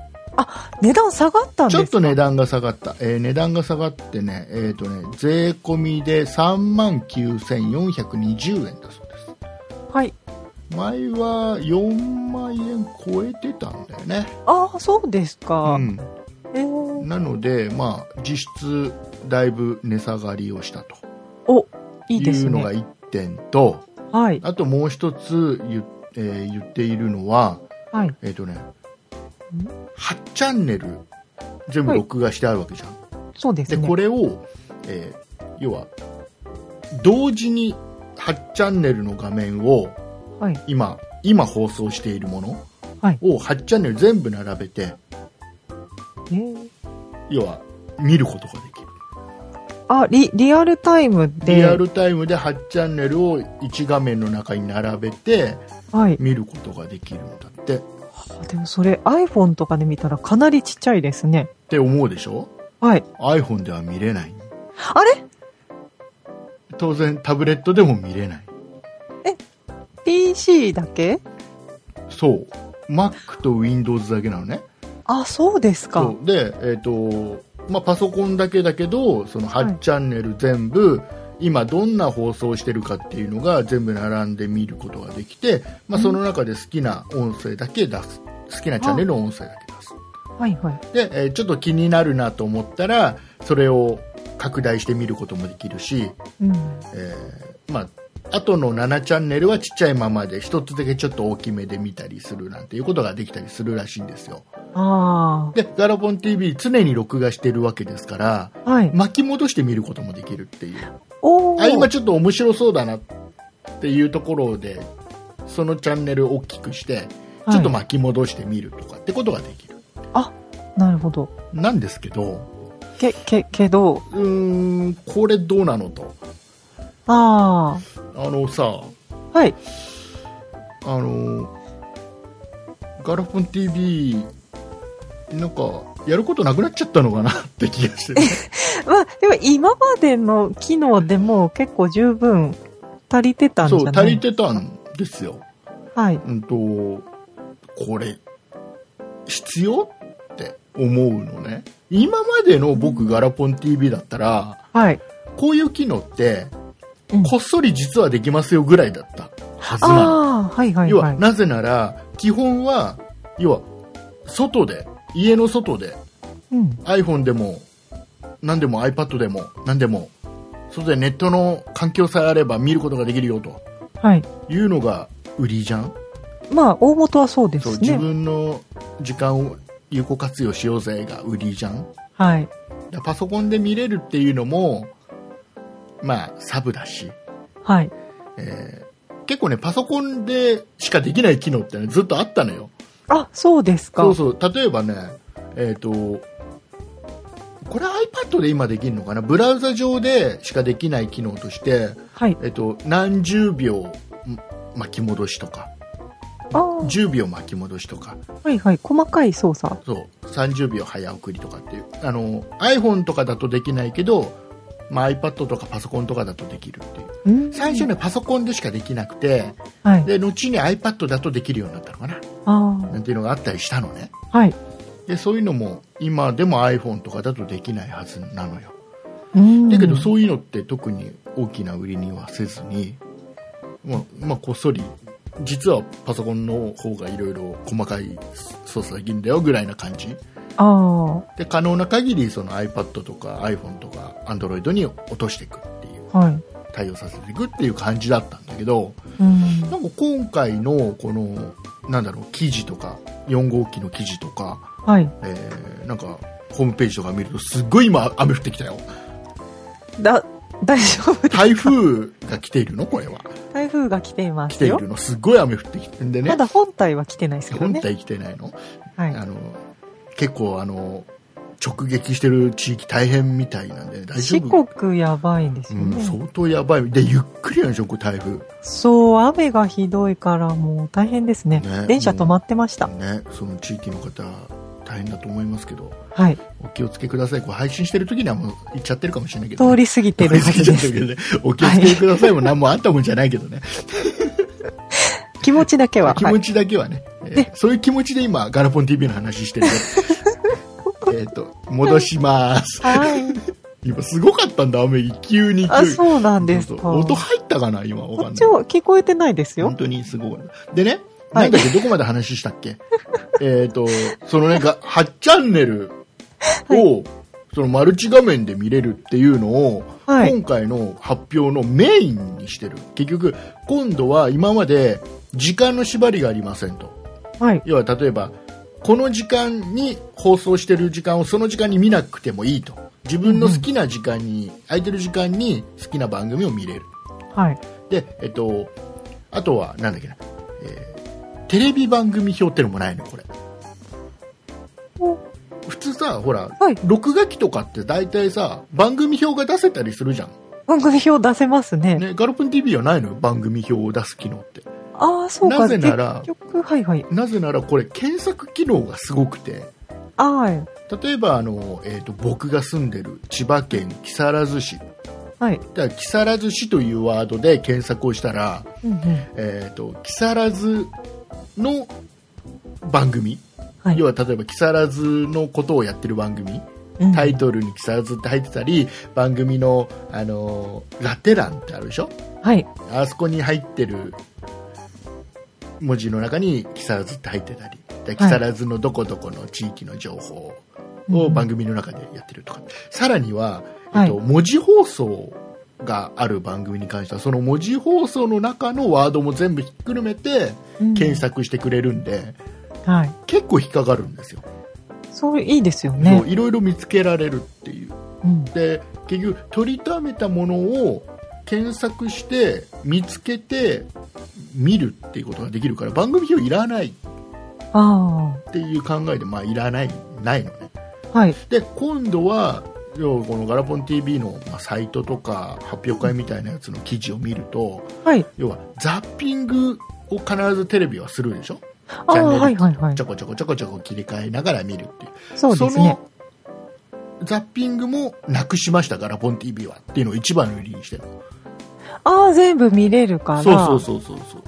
[SPEAKER 3] 値段下がったんで
[SPEAKER 2] ち
[SPEAKER 3] すか
[SPEAKER 2] ょっと値段が下がった、えー値段が下がってねえっ、とね税込みで3万9420円だそうです
[SPEAKER 3] はい。
[SPEAKER 2] 前は4万円超えてたんだよね、
[SPEAKER 3] ああ、そうですか。
[SPEAKER 2] うん、
[SPEAKER 3] えー
[SPEAKER 2] なのでまあ実質だいぶ値下がりをしたと
[SPEAKER 3] お、いい
[SPEAKER 2] い
[SPEAKER 3] です
[SPEAKER 2] うのが
[SPEAKER 3] ね。
[SPEAKER 2] 1点と
[SPEAKER 3] はい。
[SPEAKER 2] あともう一つ言,、えー言っているのは、
[SPEAKER 3] はい。
[SPEAKER 2] えっ、とね、8チャンネル全部
[SPEAKER 3] はい
[SPEAKER 2] 録画してあるわけじゃん。
[SPEAKER 3] そうです
[SPEAKER 2] で、
[SPEAKER 3] ね。
[SPEAKER 2] これを、えー要は、同時に8チャンネルの画面を
[SPEAKER 3] はい。
[SPEAKER 2] 今、今放送しているもの
[SPEAKER 3] はい
[SPEAKER 2] を8チャンネル全部並べて、
[SPEAKER 3] えー
[SPEAKER 2] 要は見ることができる。
[SPEAKER 3] あ、リ、リアルタイムで。
[SPEAKER 2] リアルタイムで8チャンネルを1画面の中に並べて
[SPEAKER 3] はい。
[SPEAKER 2] 見ることができるんだってっ
[SPEAKER 3] あでもそれ iPhone とかで見たらかなりちっちゃいですね。
[SPEAKER 2] て思うでしょ
[SPEAKER 3] はい。
[SPEAKER 2] iPhone では見れない
[SPEAKER 3] あれ
[SPEAKER 2] 当然タブレットでも見れない
[SPEAKER 3] ?PC だけ
[SPEAKER 2] そう Mac と Windows だけなのね
[SPEAKER 3] あ、そうですか
[SPEAKER 2] そ。うで、えーとまあ、パソコンだけだけどその
[SPEAKER 3] はい
[SPEAKER 2] 8チャンネル全部、今どんな放送してるかっていうのが全部並んで見ることができて、まあ、その中で好きな音声だけ出す好きなチャンネルの音声だけ出す
[SPEAKER 3] はいはい。
[SPEAKER 2] で、えーちょっと気になるなと思ったらそれを拡大して見ることもできるし、
[SPEAKER 3] うん。
[SPEAKER 2] えーまあ後の7チャンネルはちっちゃいままで1つだけちょっと大きめで見たりするなんていうことができたりするらしいんですよ
[SPEAKER 3] あ
[SPEAKER 2] でガラポン TV 常に録画してるわけですから
[SPEAKER 3] あ。はい。
[SPEAKER 2] 巻き戻して見ることもできるっていう
[SPEAKER 3] お
[SPEAKER 2] あ今
[SPEAKER 3] ー。
[SPEAKER 2] ちょっと面白そうだなっていうところでそのチャンネルを大きくして
[SPEAKER 3] はい
[SPEAKER 2] ちょっと巻き戻して見るとかってことができる、
[SPEAKER 3] なるほど。
[SPEAKER 2] なんですけど
[SPEAKER 3] け、け、けど、
[SPEAKER 2] うーんこれどうなのと
[SPEAKER 3] あ
[SPEAKER 2] あのさ
[SPEAKER 3] あ。はい。
[SPEAKER 2] あのガラポン TV なんかやることなくなっちゃったのかなって気がして、ね、
[SPEAKER 3] まあ、でも今までの機能でも結構十分足りてたんじ
[SPEAKER 2] そう
[SPEAKER 3] ゃない
[SPEAKER 2] 足りてたんですよ
[SPEAKER 3] はい。
[SPEAKER 2] うんと、これ、必要って思うのね。今までの僕、ガラポン TV だったら、
[SPEAKER 3] はい。
[SPEAKER 2] こういう機能って、
[SPEAKER 3] うん
[SPEAKER 2] こっそり実はできますよぐらいだったはずなの。
[SPEAKER 3] ああ、はいはい
[SPEAKER 2] 要
[SPEAKER 3] は
[SPEAKER 2] は、
[SPEAKER 3] い。
[SPEAKER 2] なぜなら、基本は、要は、外で、家の外で、
[SPEAKER 3] うん。
[SPEAKER 2] iPhone でも、何でも iPad でも、何でも、外でネットの環境さえあれば見ることができるよと
[SPEAKER 3] はい。
[SPEAKER 2] いうのが売りじゃん。
[SPEAKER 3] まあ、大元はそうで
[SPEAKER 2] そう
[SPEAKER 3] す
[SPEAKER 2] 自
[SPEAKER 3] ね。
[SPEAKER 2] 分の時間を有効活用しようぜが売りじゃんだか
[SPEAKER 3] はい。
[SPEAKER 2] らパソコンで見れるっていうのもまあサブだし、
[SPEAKER 3] はい。
[SPEAKER 2] えー結構ねパソコンでしかできない機能って、ね、ずっとあったのよ
[SPEAKER 3] あ、そうですか。
[SPEAKER 2] そうそう例えばねえっ、とこれ iPad で今できるのかなブラウザ上でしかできない機能として、
[SPEAKER 3] はい。
[SPEAKER 2] えっと何十秒ん巻き戻しとか
[SPEAKER 3] ああ、
[SPEAKER 2] 10秒巻き戻しとか
[SPEAKER 3] はいはい。細かい操作。
[SPEAKER 2] そう30秒早送りとかっていうあの iPhone とかだとできないけど、まあ、iPad とかパソコンとかだとできるっていう
[SPEAKER 3] うん。
[SPEAKER 2] 最初ねパソコンでしかできなくて
[SPEAKER 3] はい。
[SPEAKER 2] で後に iPad だとできるようになったのかな
[SPEAKER 3] あ
[SPEAKER 2] なんていうのがあったりしたのね
[SPEAKER 3] あ。はい。
[SPEAKER 2] でそういうのも今でも iPhone とかだとできないはずなのよ
[SPEAKER 3] うん。
[SPEAKER 2] だけどそういうのって特に大きな売りにはせずに、まあまあ、こっそり実はパソコンの方がいろいろ細かい操作できるんだよぐらいな感じ
[SPEAKER 3] あ
[SPEAKER 2] で可能な限りその iPad とか iPhone とか Android に落としていくっていう
[SPEAKER 3] あ。はい。
[SPEAKER 2] 対応させていくっていう感じだったんだけど
[SPEAKER 3] うん。
[SPEAKER 2] なんか今回のこのなんだろう記事とか4号機の記事とか、
[SPEAKER 3] はい。
[SPEAKER 2] えーなんかホームページとか見るとすっごい今雨降ってきたよ
[SPEAKER 3] だ、 *laughs* 大丈夫です。
[SPEAKER 2] 台風が来ているのこれは
[SPEAKER 3] 台風が来ていま
[SPEAKER 2] 来
[SPEAKER 3] す
[SPEAKER 2] てい
[SPEAKER 3] よ。
[SPEAKER 2] るのすっごい雨降ってきてんでね
[SPEAKER 3] まだ本体は来てないですけど
[SPEAKER 2] 本
[SPEAKER 3] ね。
[SPEAKER 2] 体来てないの
[SPEAKER 3] はい。
[SPEAKER 2] あの結構あの直撃してる地域大変みたいなんで大丈
[SPEAKER 3] 四
[SPEAKER 2] 夫
[SPEAKER 3] 国やばいんですよ
[SPEAKER 2] うん、
[SPEAKER 3] ね。
[SPEAKER 2] 相当やばい。で、ゆっくりなんでしょ、これ台風。
[SPEAKER 3] そう、雨がひどいからもう大変ですね。
[SPEAKER 2] ね
[SPEAKER 3] 電車止まってました。
[SPEAKER 2] ね、その地域の方、大変だと思いますけど、
[SPEAKER 3] はい。
[SPEAKER 2] お気をつけください。これ配信してる時にはもう行っちゃってるかもしれないけど、
[SPEAKER 3] 通り過ぎてるは
[SPEAKER 2] 通
[SPEAKER 3] ずで
[SPEAKER 2] り過ぎちゃってる
[SPEAKER 3] す。
[SPEAKER 2] けどね。お気をつけくださいも何もあったもんじゃないけどね。
[SPEAKER 3] 気持ちだけ
[SPEAKER 2] *laughs*
[SPEAKER 3] は。
[SPEAKER 2] 気
[SPEAKER 3] は
[SPEAKER 2] 持
[SPEAKER 3] い。
[SPEAKER 2] ちだけはね、えーそういう気持ちで今、ガラポン TV の話してる *laughs* から。えっと、戻します。
[SPEAKER 3] はい。
[SPEAKER 2] 今すごかったんだ、雨、急に勢い。 *laughs*
[SPEAKER 3] あ、そうなんです
[SPEAKER 2] そう
[SPEAKER 3] か。
[SPEAKER 2] そう音入ったかな、今、わか
[SPEAKER 3] こ
[SPEAKER 2] ん
[SPEAKER 3] っ
[SPEAKER 2] な
[SPEAKER 3] ち
[SPEAKER 2] い。
[SPEAKER 3] は聞こえてないですよ
[SPEAKER 2] 本。当にすごい。でね、
[SPEAKER 3] は
[SPEAKER 2] ないんだっけ、どこまで話したっ
[SPEAKER 3] *laughs*
[SPEAKER 2] けえっと、そのね、が8チャンネルを、そのマルチ画面で見れるっていうのを、
[SPEAKER 3] はい。
[SPEAKER 2] 今回の発表のメインにしてる。結局、今度は今まで時間の縛りがありませんと。
[SPEAKER 3] はい。
[SPEAKER 2] 要は例えば、この時間に放送してる時間をその時間に見なくてもいいと。自分の好きな時間に、空いてる時間に好きな番組を見れる。
[SPEAKER 3] はい。
[SPEAKER 2] で、えっと、あとは、なんだっけな、えーテレビ番組表ってのもないの、これ。
[SPEAKER 3] お
[SPEAKER 2] 普通さほら、
[SPEAKER 3] はい
[SPEAKER 2] 録画機とかって大体さ番組表が出せたりするじゃん、
[SPEAKER 3] 番組表出せますね。
[SPEAKER 2] ね、ガルプン TV はないのよ番組表を出す機能って
[SPEAKER 3] ああ、そうか。
[SPEAKER 2] なぜなら
[SPEAKER 3] 結局、はいはい。
[SPEAKER 2] なぜならこれ検索機能がすごくて
[SPEAKER 3] あ
[SPEAKER 2] 例えばあの、えー、と僕が住んでる千葉県木更津市
[SPEAKER 3] あ、はい。
[SPEAKER 2] だから木更津市というワードで検索をしたら、
[SPEAKER 3] うんうん。
[SPEAKER 2] えー、と木更津の番組、
[SPEAKER 3] はい
[SPEAKER 2] 要は例えば木更津のことをやってる番組
[SPEAKER 3] うん
[SPEAKER 2] タイトルに木更津って入ってたり番組の、あのーラテ欄ってあるでしょ
[SPEAKER 3] はい。
[SPEAKER 2] あそこに入ってる文字の中に木更津って入ってたりで木更津のどこどこの地域の情報を番組の中でやってるとか、さらには、えっと
[SPEAKER 3] は
[SPEAKER 2] 文字放送がある番組に関してはその文字放送の中のワードも全部ひっくるめて
[SPEAKER 3] うん
[SPEAKER 2] 検索してくれるんで、
[SPEAKER 3] はい。
[SPEAKER 2] 結構引っかかるんですよ、
[SPEAKER 3] そう、いいですよ
[SPEAKER 2] そ
[SPEAKER 3] ね
[SPEAKER 2] う。いろいろ見つけられるっていう
[SPEAKER 3] うん。
[SPEAKER 2] で結局取りためたものを検索して見つけて見るっていうことができるから番組表いらないっ
[SPEAKER 3] あ
[SPEAKER 2] ていう考えで、まあ、いらないないのね
[SPEAKER 3] あ、はい。
[SPEAKER 2] で今度は要はこのガラポン TV のまあサイトとか発表会みたいなやつの記事を見ると
[SPEAKER 3] はい。
[SPEAKER 2] 要はザッピングを必ずテレビはするでしょ
[SPEAKER 3] あ
[SPEAKER 2] チャ
[SPEAKER 3] あ、
[SPEAKER 2] ンネル
[SPEAKER 3] はいはいはい
[SPEAKER 2] ちょ。こちょこちょこちょこ切り替えながら見るっていう
[SPEAKER 3] そうですね。
[SPEAKER 2] のザッピングもなくしましたガラポン TV はっていうのを一番の売りにしてる
[SPEAKER 3] ああ、全部見れるから。
[SPEAKER 2] そうそうそうそうそう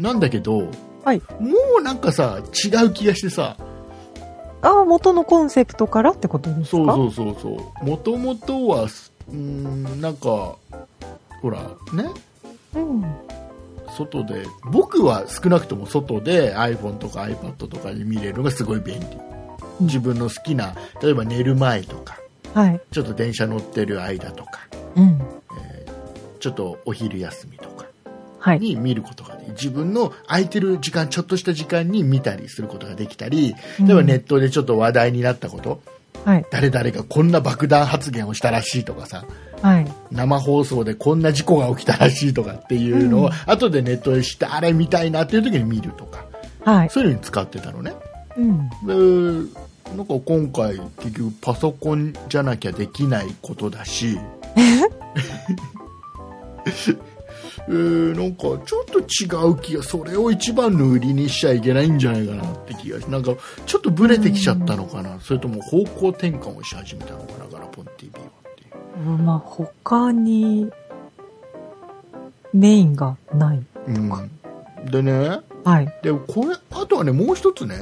[SPEAKER 2] なんだけど
[SPEAKER 3] はい。
[SPEAKER 2] もうなんかさ違う気がしてさ
[SPEAKER 3] ああ、元のコンセプトからってことですか
[SPEAKER 2] そうそうそうそうもともとはすうーんなんかほらね
[SPEAKER 3] うん。
[SPEAKER 2] 外で僕は少なくとも外で iPhone とか iPad とかで見れるのがすごい便利
[SPEAKER 3] うん
[SPEAKER 2] 自分の好きな例えば寝る前とか
[SPEAKER 3] はい。
[SPEAKER 2] ちょっと電車乗ってる間とか
[SPEAKER 3] うん。
[SPEAKER 2] ちょっとお昼休みとか
[SPEAKER 3] はい。
[SPEAKER 2] に見ることができる自分の空いてる時間ちょっとした時間に見たりすることができたり
[SPEAKER 3] うん
[SPEAKER 2] 例えばネットでちょっと話題になったこと、
[SPEAKER 3] はい。
[SPEAKER 2] 誰々がこんな爆弾発言をしたらしいとかさ
[SPEAKER 3] はい。
[SPEAKER 2] 生放送でこんな事故が起きたらしいとかっていうのを、後でネットで知ってあれ見たいなっていう時に見るとか
[SPEAKER 3] はい。
[SPEAKER 2] そういうのに使ってたのね
[SPEAKER 3] うん。
[SPEAKER 2] でなんか今回結局パソコンじゃなきゃできないことだし *laughs* えーなんかちょっと違う気がそれを一番の売りにしちゃいけないんじゃないかなって気がしなんかちょっとブレてきちゃったのかな、それとも方向転換をし始めたのかなガラポン TV はっていう
[SPEAKER 3] うんまあ、他に、メインがない。
[SPEAKER 2] うん、でね
[SPEAKER 3] はい。
[SPEAKER 2] でこれあとはねもう一つね、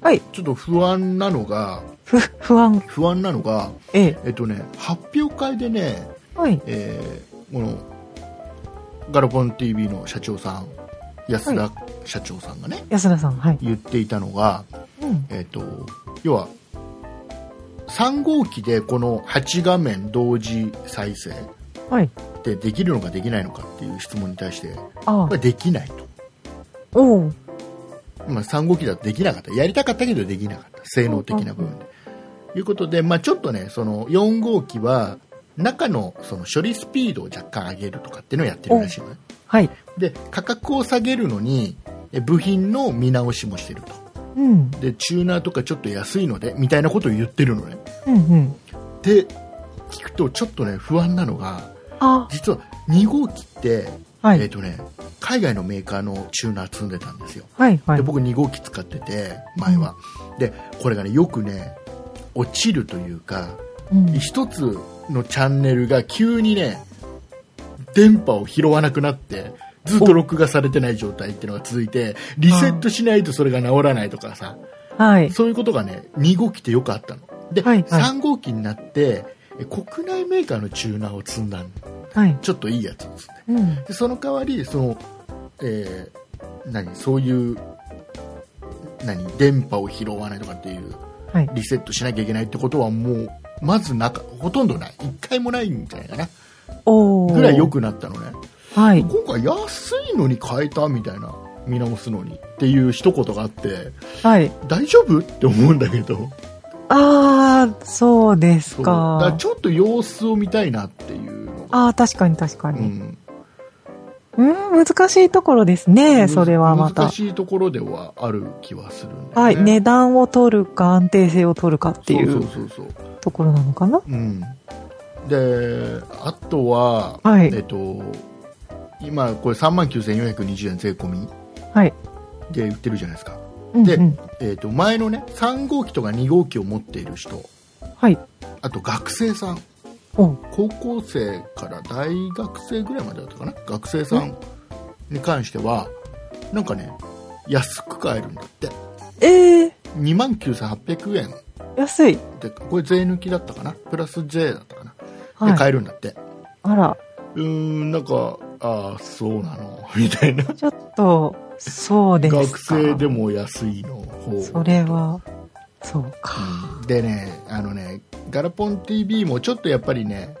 [SPEAKER 3] はい
[SPEAKER 2] ちょっと不安なのが
[SPEAKER 3] ふ、不安。
[SPEAKER 2] 不安なのが、
[SPEAKER 3] ええ。
[SPEAKER 2] えっとね、発表会でね
[SPEAKER 3] はい。
[SPEAKER 2] えーこのガラポン TV の社長さん安田社長さんがね、
[SPEAKER 3] 安田さん、はい。
[SPEAKER 2] 言っていたのが、
[SPEAKER 3] うん。
[SPEAKER 2] えー、と要は3号機でこの8画面同時再生
[SPEAKER 3] はい。
[SPEAKER 2] ってできるのかできないのかっていう質問に対して、
[SPEAKER 3] ああ
[SPEAKER 2] まあ、。できないと、
[SPEAKER 3] おう。
[SPEAKER 2] まあ、3号機だとできなかったやりたかったけどできなかった性能的な部分で。いうことで、まあ、ちょっとねその4号機は中のその処理スピードを若干上げるとかっていうのをやってるらしいのね。
[SPEAKER 3] はい。
[SPEAKER 2] で価格を下げるのにえ部品の見直しもしてると
[SPEAKER 3] うん。
[SPEAKER 2] でチューナーとかちょっと安いのでみたいなことを言ってるのね
[SPEAKER 3] うんうん。
[SPEAKER 2] で聞くとちょっとね不安なのが
[SPEAKER 3] あ
[SPEAKER 2] 実は2号機って、
[SPEAKER 3] あ。は
[SPEAKER 2] えっ、
[SPEAKER 3] い。
[SPEAKER 2] とね海外のメーカーのチューナー積んでたんですよ
[SPEAKER 3] はい。は
[SPEAKER 2] で
[SPEAKER 3] い。
[SPEAKER 2] 僕2号機使ってて前はでこれがねよくね落ちるというか
[SPEAKER 3] うん。
[SPEAKER 2] 一つのチャンネルが急にね電波を拾わなくなってずっと録画されてない状態っていうのが続いてリセットしないとそれが治らないとかさ
[SPEAKER 3] はい。
[SPEAKER 2] そういうことがね2号機ってよくあったので、
[SPEAKER 3] はいはい
[SPEAKER 2] 3号機になってえ国内メーカーのチューナーを積んだの
[SPEAKER 3] はい。
[SPEAKER 2] ちょっといいやつを積んで
[SPEAKER 3] うん。
[SPEAKER 2] でその代わりその、えー何そういう何電波を拾わないとかっていう
[SPEAKER 3] はい。
[SPEAKER 2] リセットしなきゃいけないってことはもうまずなかほとんどない1回もないんじゃないかな
[SPEAKER 3] おお。
[SPEAKER 2] ぐらい良くなったのね
[SPEAKER 3] はい。
[SPEAKER 2] 今回安いのに変えたみたいな見直すのにっていう一言があって
[SPEAKER 3] はい。
[SPEAKER 2] 大丈夫って思うんだけど
[SPEAKER 3] ああ、そうです
[SPEAKER 2] そうだから
[SPEAKER 3] か。
[SPEAKER 2] ちょっと様子を見たいなっていうのが、
[SPEAKER 3] ああ、確かに確か
[SPEAKER 2] う
[SPEAKER 3] に。
[SPEAKER 2] ん、
[SPEAKER 3] うん、難しいところですね、それはまた
[SPEAKER 2] 難。しいところではある気はするんだよね
[SPEAKER 3] はい、値段を取るか安定性を取るかってい
[SPEAKER 2] そううそうそうそう
[SPEAKER 3] ところなのかな
[SPEAKER 2] うん、であとは、
[SPEAKER 3] はい
[SPEAKER 2] えっと、今、これ3万9420円税込み
[SPEAKER 3] はい。
[SPEAKER 2] で売ってるじゃないですか、
[SPEAKER 3] うん
[SPEAKER 2] で
[SPEAKER 3] うん、
[SPEAKER 2] えっと前のね3号機とか2号機を持っている人
[SPEAKER 3] はい。
[SPEAKER 2] あと学生さん
[SPEAKER 3] お
[SPEAKER 2] 高校生から大学生ぐらいまでだったかな学生さんに関してはなんかね安く買えるんだって
[SPEAKER 3] えー、
[SPEAKER 2] 2万9800円
[SPEAKER 3] 安い。
[SPEAKER 2] でこれ税抜きだったかなプラス税だったかな、で
[SPEAKER 3] はい。
[SPEAKER 2] 買えるんだって
[SPEAKER 3] あら、
[SPEAKER 2] うーんなんかああそうなのみたいな
[SPEAKER 3] ちょっと、そうですか。
[SPEAKER 2] 学生でも安いの方
[SPEAKER 3] それは、そうか。
[SPEAKER 2] うんでねあのねガラポン TV もちょっとやっぱりね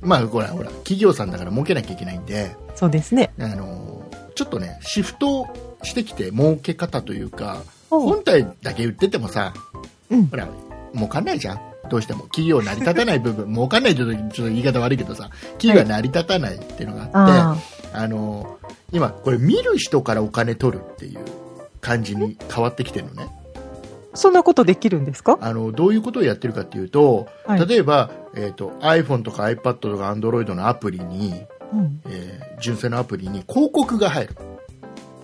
[SPEAKER 2] まあほらほら企業さんだから儲けなきゃいけないんで
[SPEAKER 3] そうですね。
[SPEAKER 2] あのちょっとねシフトしてきて儲け方というか
[SPEAKER 3] おう
[SPEAKER 2] 本体だけ売っててもさ
[SPEAKER 3] うん
[SPEAKER 2] ほ。ら儲かんないじゃんどうしても企業成り立たない部
[SPEAKER 3] *laughs*
[SPEAKER 2] 分儲かんないって言うとちょっと言い方悪いけどさ企業が成り立たないっていうのがあって、
[SPEAKER 3] あ
[SPEAKER 2] あの今これ見る人からお金取るっていう感じに変わってきてるのね
[SPEAKER 3] あ、そんなことできるんですか
[SPEAKER 2] あのどういうことをやってるかっていうと、
[SPEAKER 3] はい
[SPEAKER 2] 例えば、えー、と iPhone とか iPad とか Android のアプリに、
[SPEAKER 3] うん。
[SPEAKER 2] えー純正のアプリに広告が入る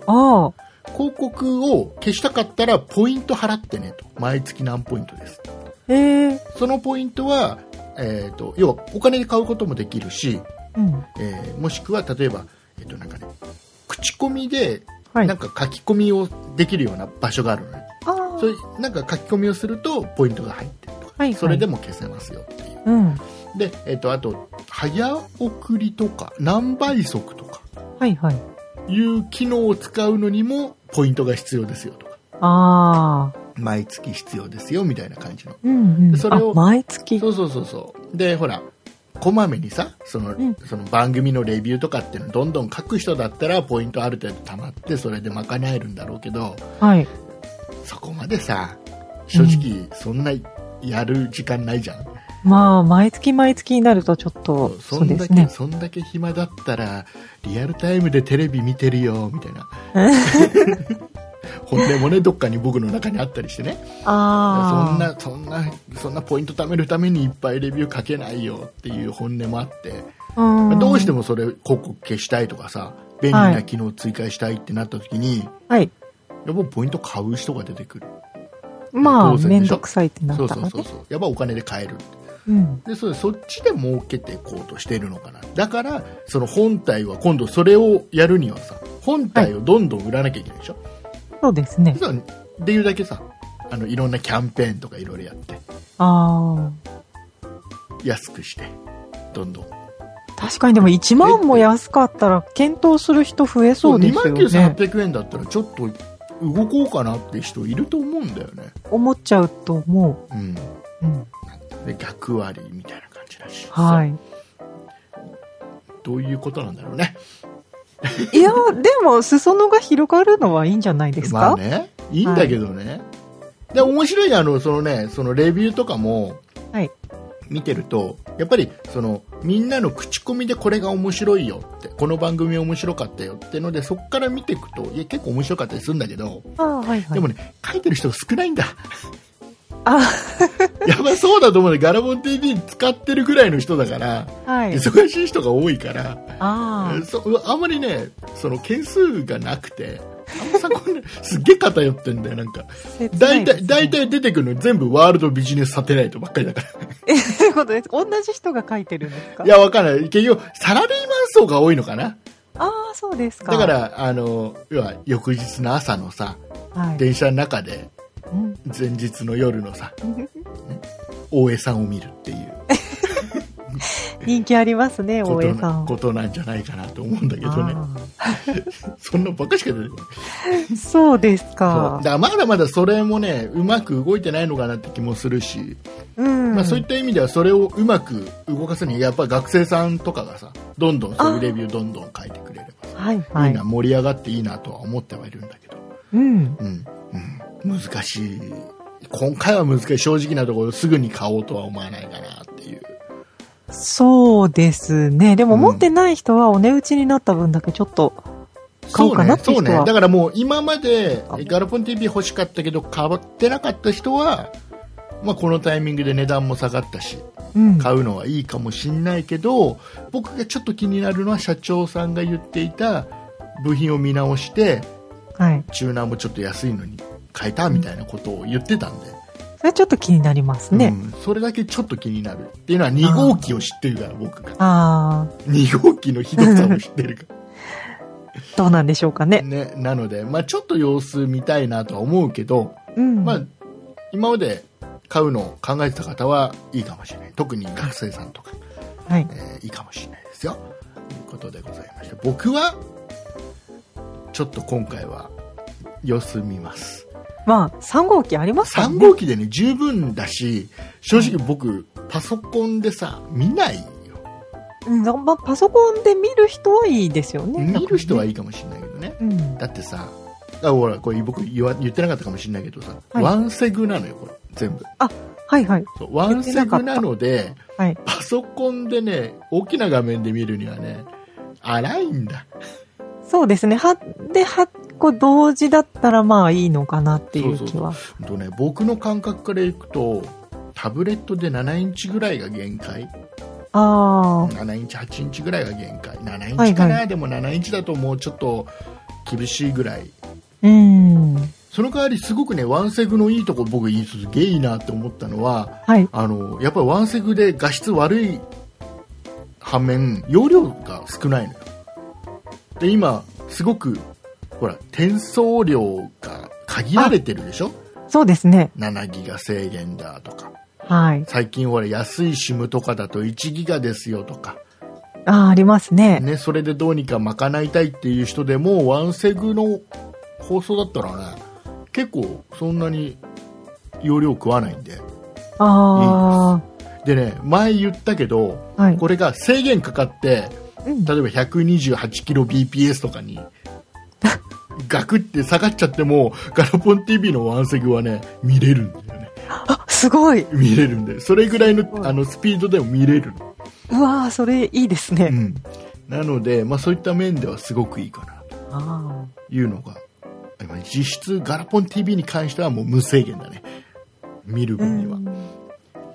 [SPEAKER 3] ああ、
[SPEAKER 2] 広告を消したかったらポイント払ってねと毎月何ポイントです
[SPEAKER 3] えー、
[SPEAKER 2] そのポイントは、えー、と要はお金で買うこともできるし、
[SPEAKER 3] うん。
[SPEAKER 2] えーもしくは例えば、えーとなんかね、口コミで
[SPEAKER 3] はい。
[SPEAKER 2] なんか書き込みをできるような場所があるのよ、
[SPEAKER 3] ああ
[SPEAKER 2] それなんか書き込みをするとポイントが入ってるとか、
[SPEAKER 3] はい
[SPEAKER 2] それでも消せますよっていう
[SPEAKER 3] うん。
[SPEAKER 2] で、えっとあと早送りとか何倍速とか
[SPEAKER 3] はいはい。
[SPEAKER 2] いう機能を使うのにもポイントが必要ですよとか
[SPEAKER 3] ああ、
[SPEAKER 2] 毎月必要ですよみたいな感じの
[SPEAKER 3] うんうん。
[SPEAKER 2] それを
[SPEAKER 3] あ毎月。
[SPEAKER 2] そうそうそうそうでほらこまめにさその,、
[SPEAKER 3] ん
[SPEAKER 2] その番組のレビューとかっていうのどんどん書く人だったらポイントある程度貯まってそれで賄えるんだろうけど
[SPEAKER 3] はい。
[SPEAKER 2] そこまでさ正直そんなやる時間ないじゃん、
[SPEAKER 3] まあ、毎月毎月になるとちょっと、
[SPEAKER 2] そ
[SPEAKER 3] そうんで
[SPEAKER 2] だ
[SPEAKER 3] す
[SPEAKER 2] け、
[SPEAKER 3] ね。
[SPEAKER 2] そんだけ暇だったらリアルタイムでテレビ見てるよみたい
[SPEAKER 3] *laughs*
[SPEAKER 2] な本音もねどっかに僕の中にあったりしてねそ
[SPEAKER 3] ああ。
[SPEAKER 2] んなそんなそんなポイント貯めるためにいっぱいレビュー書けないよっていう本音もあって、
[SPEAKER 3] うん
[SPEAKER 2] どうしてもそれ広告消したいとかさ便利な機能を追加したいってなった時に、
[SPEAKER 3] はい。
[SPEAKER 2] やっぱポイント買う人が出てくる
[SPEAKER 3] ま
[SPEAKER 2] 当然
[SPEAKER 3] あ、
[SPEAKER 2] でしょ
[SPEAKER 3] めんどくさいってな
[SPEAKER 2] そ
[SPEAKER 3] っ
[SPEAKER 2] う
[SPEAKER 3] た
[SPEAKER 2] そ
[SPEAKER 3] ら
[SPEAKER 2] うそう
[SPEAKER 3] ね。
[SPEAKER 2] そうやっぱお金で買える
[SPEAKER 3] うん。
[SPEAKER 2] でそれそっちで儲けていこうとしているのかなだからその本体は今度それをやるにはさ本体をどんどん売らなきゃいけないでしょ、
[SPEAKER 3] そうですね。
[SPEAKER 2] そしたらできるだけさあのいろんなキャンペーンとかいろいろやって
[SPEAKER 3] あ
[SPEAKER 2] 安くしてどんどん
[SPEAKER 3] あ。確かにでも1万も安かったら検討する人増えそうですよね。
[SPEAKER 2] 29800円だったらちょっと動こうかなって人いると思うんだよね
[SPEAKER 3] 思っちゃうと思
[SPEAKER 2] うん
[SPEAKER 3] う。うん。
[SPEAKER 2] で逆割りみたいな感じだし
[SPEAKER 3] はいい。
[SPEAKER 2] どういうことなんだろうね
[SPEAKER 3] いや、でも、裾野が広がるのはいいんじゃないですか、
[SPEAKER 2] まあねいいんだけどね、で面白いのはあのそのねそのレビューとかも
[SPEAKER 3] はい
[SPEAKER 2] 見てるとやっぱりそのみんなの口コミでこれが面白いよってこの番組面白かったよってのでそこから見ていくといや結構面白かったりするんだけど、
[SPEAKER 3] ああ、はいはい。
[SPEAKER 2] でもね書いてる人が少ないんだ *laughs*
[SPEAKER 3] あ
[SPEAKER 2] やばそうだと思うねガラボン TV 使ってるぐらいの人だから
[SPEAKER 3] はい。
[SPEAKER 2] 忙しい人が多いから
[SPEAKER 3] あ
[SPEAKER 2] そうあんまりねその件数がなくてあんまさこんなすっげえ偏ってんだよなんか
[SPEAKER 3] あ。切な
[SPEAKER 2] 大
[SPEAKER 3] いで
[SPEAKER 2] 体、
[SPEAKER 3] すね
[SPEAKER 2] 大体出てくるの全部ワールドビジネスサテライトばっかりだから。
[SPEAKER 3] え、そういうことです。同じ人が書いてるんですか
[SPEAKER 2] いや、わかんない。結局、サラリーマン層が多いのかな。
[SPEAKER 3] ああ、そうですか。
[SPEAKER 2] だか、ら、あの、要は、翌日の朝のさ、
[SPEAKER 3] はい。
[SPEAKER 2] 電車の中で、
[SPEAKER 3] うん、
[SPEAKER 2] 前日の夜のさ、大江さんを見るっていう
[SPEAKER 3] *laughs* 人気ありますね、
[SPEAKER 2] こ
[SPEAKER 3] 大
[SPEAKER 2] と
[SPEAKER 3] 江さ。
[SPEAKER 2] なんことなんじゃないかなと思うんだけどね。
[SPEAKER 3] あ
[SPEAKER 2] そんなばっかしか出てこない。
[SPEAKER 3] ーそうです
[SPEAKER 2] そう
[SPEAKER 3] か
[SPEAKER 2] だ。からまだまだそれもね、うまく動いてないのかなって気もするし、
[SPEAKER 3] うん。
[SPEAKER 2] まあ、そういった意味ではそれをうまく動かすにはやっぱ学生さんとかがさどんどんそういうレビューどんどん書いてくれればさ、
[SPEAKER 3] はい
[SPEAKER 2] い、
[SPEAKER 3] はいい
[SPEAKER 2] な。盛り上がっていいなとは思ってはいるんだけど、
[SPEAKER 3] うん。
[SPEAKER 2] うんうん、難しい今回は難しい正直なところすぐに買おうとは思わないかなっていう
[SPEAKER 3] そうですね。でも
[SPEAKER 2] うん
[SPEAKER 3] 持ってない人はお値打ちになった分だけちょっと、買おうかなって
[SPEAKER 2] そう
[SPEAKER 3] 人
[SPEAKER 2] ねそう
[SPEAKER 3] は
[SPEAKER 2] ねだからもう今まで
[SPEAKER 3] あ
[SPEAKER 2] ガラポン TV 欲しかったけど買ってなかった人は、まあ、このタイミングで値段も下がったし
[SPEAKER 3] うん。
[SPEAKER 2] 買うのはいいかもしんないけど僕がちょっと気になるのは社長さんが言っていた部品を見直して
[SPEAKER 3] はい。
[SPEAKER 2] チューナーもちょっと安いのに変えたみたいなことを言ってたんで、
[SPEAKER 3] それちょっと気になります
[SPEAKER 2] う
[SPEAKER 3] ね。
[SPEAKER 2] ん、それだけちょっと気になるっていうのは2号機を知ってるから僕が
[SPEAKER 3] あ
[SPEAKER 2] 2号機のひどさを知ってるから
[SPEAKER 3] ー、どうなんでしょうか *laughs* ね。
[SPEAKER 2] ね、なので、まあ、ちょっと様子見たいなとは思うけど、
[SPEAKER 3] うん。
[SPEAKER 2] まあ、今まで買うのを考えてた方はいいかもしれない特に学生さんとか、
[SPEAKER 3] はい。
[SPEAKER 2] えーいいかもしれないですよということでございまして僕はちょっと今回は様子見ます
[SPEAKER 3] まあ、3号機ありますからね。
[SPEAKER 2] 3号機でね十分だし正直僕パソコンでさ見ないよ
[SPEAKER 3] うん、まあ、パソコンで見る人はいいですよね。
[SPEAKER 2] 見る人はい
[SPEAKER 3] い。
[SPEAKER 2] いかもしれないけどね
[SPEAKER 3] うん。
[SPEAKER 2] だってさあほらこれ僕言わ言ってなかったかもしれないけどさ、
[SPEAKER 3] はい
[SPEAKER 2] ワンセグなのよこれ全部
[SPEAKER 3] はいはい。
[SPEAKER 2] そうワンセグなので
[SPEAKER 3] はい。
[SPEAKER 2] パソコンでね大きな画面で見るにはね荒いんだ
[SPEAKER 3] そうですね。は、で、8個同時だったらまあいいのかなっていう気は。
[SPEAKER 2] ほんと、ね、僕の感覚からいくとタブレットで7インチぐらいが限界
[SPEAKER 3] あ
[SPEAKER 2] 7インチ8インチぐらいが限界7インチかな、
[SPEAKER 3] はいは
[SPEAKER 2] でも7インチだともうちょっと厳しいぐらい
[SPEAKER 3] あ、うん。
[SPEAKER 2] その代わりすごくねワンセグのいいとこ僕いいすげえいいなって思ったのは
[SPEAKER 3] はい。
[SPEAKER 2] あのやっぱりワンセグで画質悪い反面容量が少ないのよで今すごくほら転送量が限られてるでしょ
[SPEAKER 3] そうですね。
[SPEAKER 2] 7ギガ制限だとか
[SPEAKER 3] はい。
[SPEAKER 2] 最近ほら安い SIM とかだと1ギガですよとか、
[SPEAKER 3] ああ、ありますね。
[SPEAKER 2] ね、それでどうにか賄いたいっていう人でもワンセグの放送だったらね結構そんなに容量食わないんで
[SPEAKER 3] あ
[SPEAKER 2] でね前言ったけど
[SPEAKER 3] あ、はい。
[SPEAKER 2] これが制限かかって
[SPEAKER 3] うん
[SPEAKER 2] 例えば 128kbps とか
[SPEAKER 3] *laughs*
[SPEAKER 2] にガクって下がっちゃってもガラポン TV のワンセグはね見れるんだよね
[SPEAKER 3] あ、すごい。
[SPEAKER 2] 見れるんでそれぐらい
[SPEAKER 3] すごい
[SPEAKER 2] のあのスピードでも見れるの、
[SPEAKER 3] うわーそれいいです
[SPEAKER 2] う
[SPEAKER 3] ね。
[SPEAKER 2] ん、なので、まあ、そういった面ではすごくいいかなと
[SPEAKER 3] あ
[SPEAKER 2] いうのがまあ実質ガラポン TV に関してはもう無制限だね見る
[SPEAKER 3] あ、う
[SPEAKER 2] 分には
[SPEAKER 3] ん。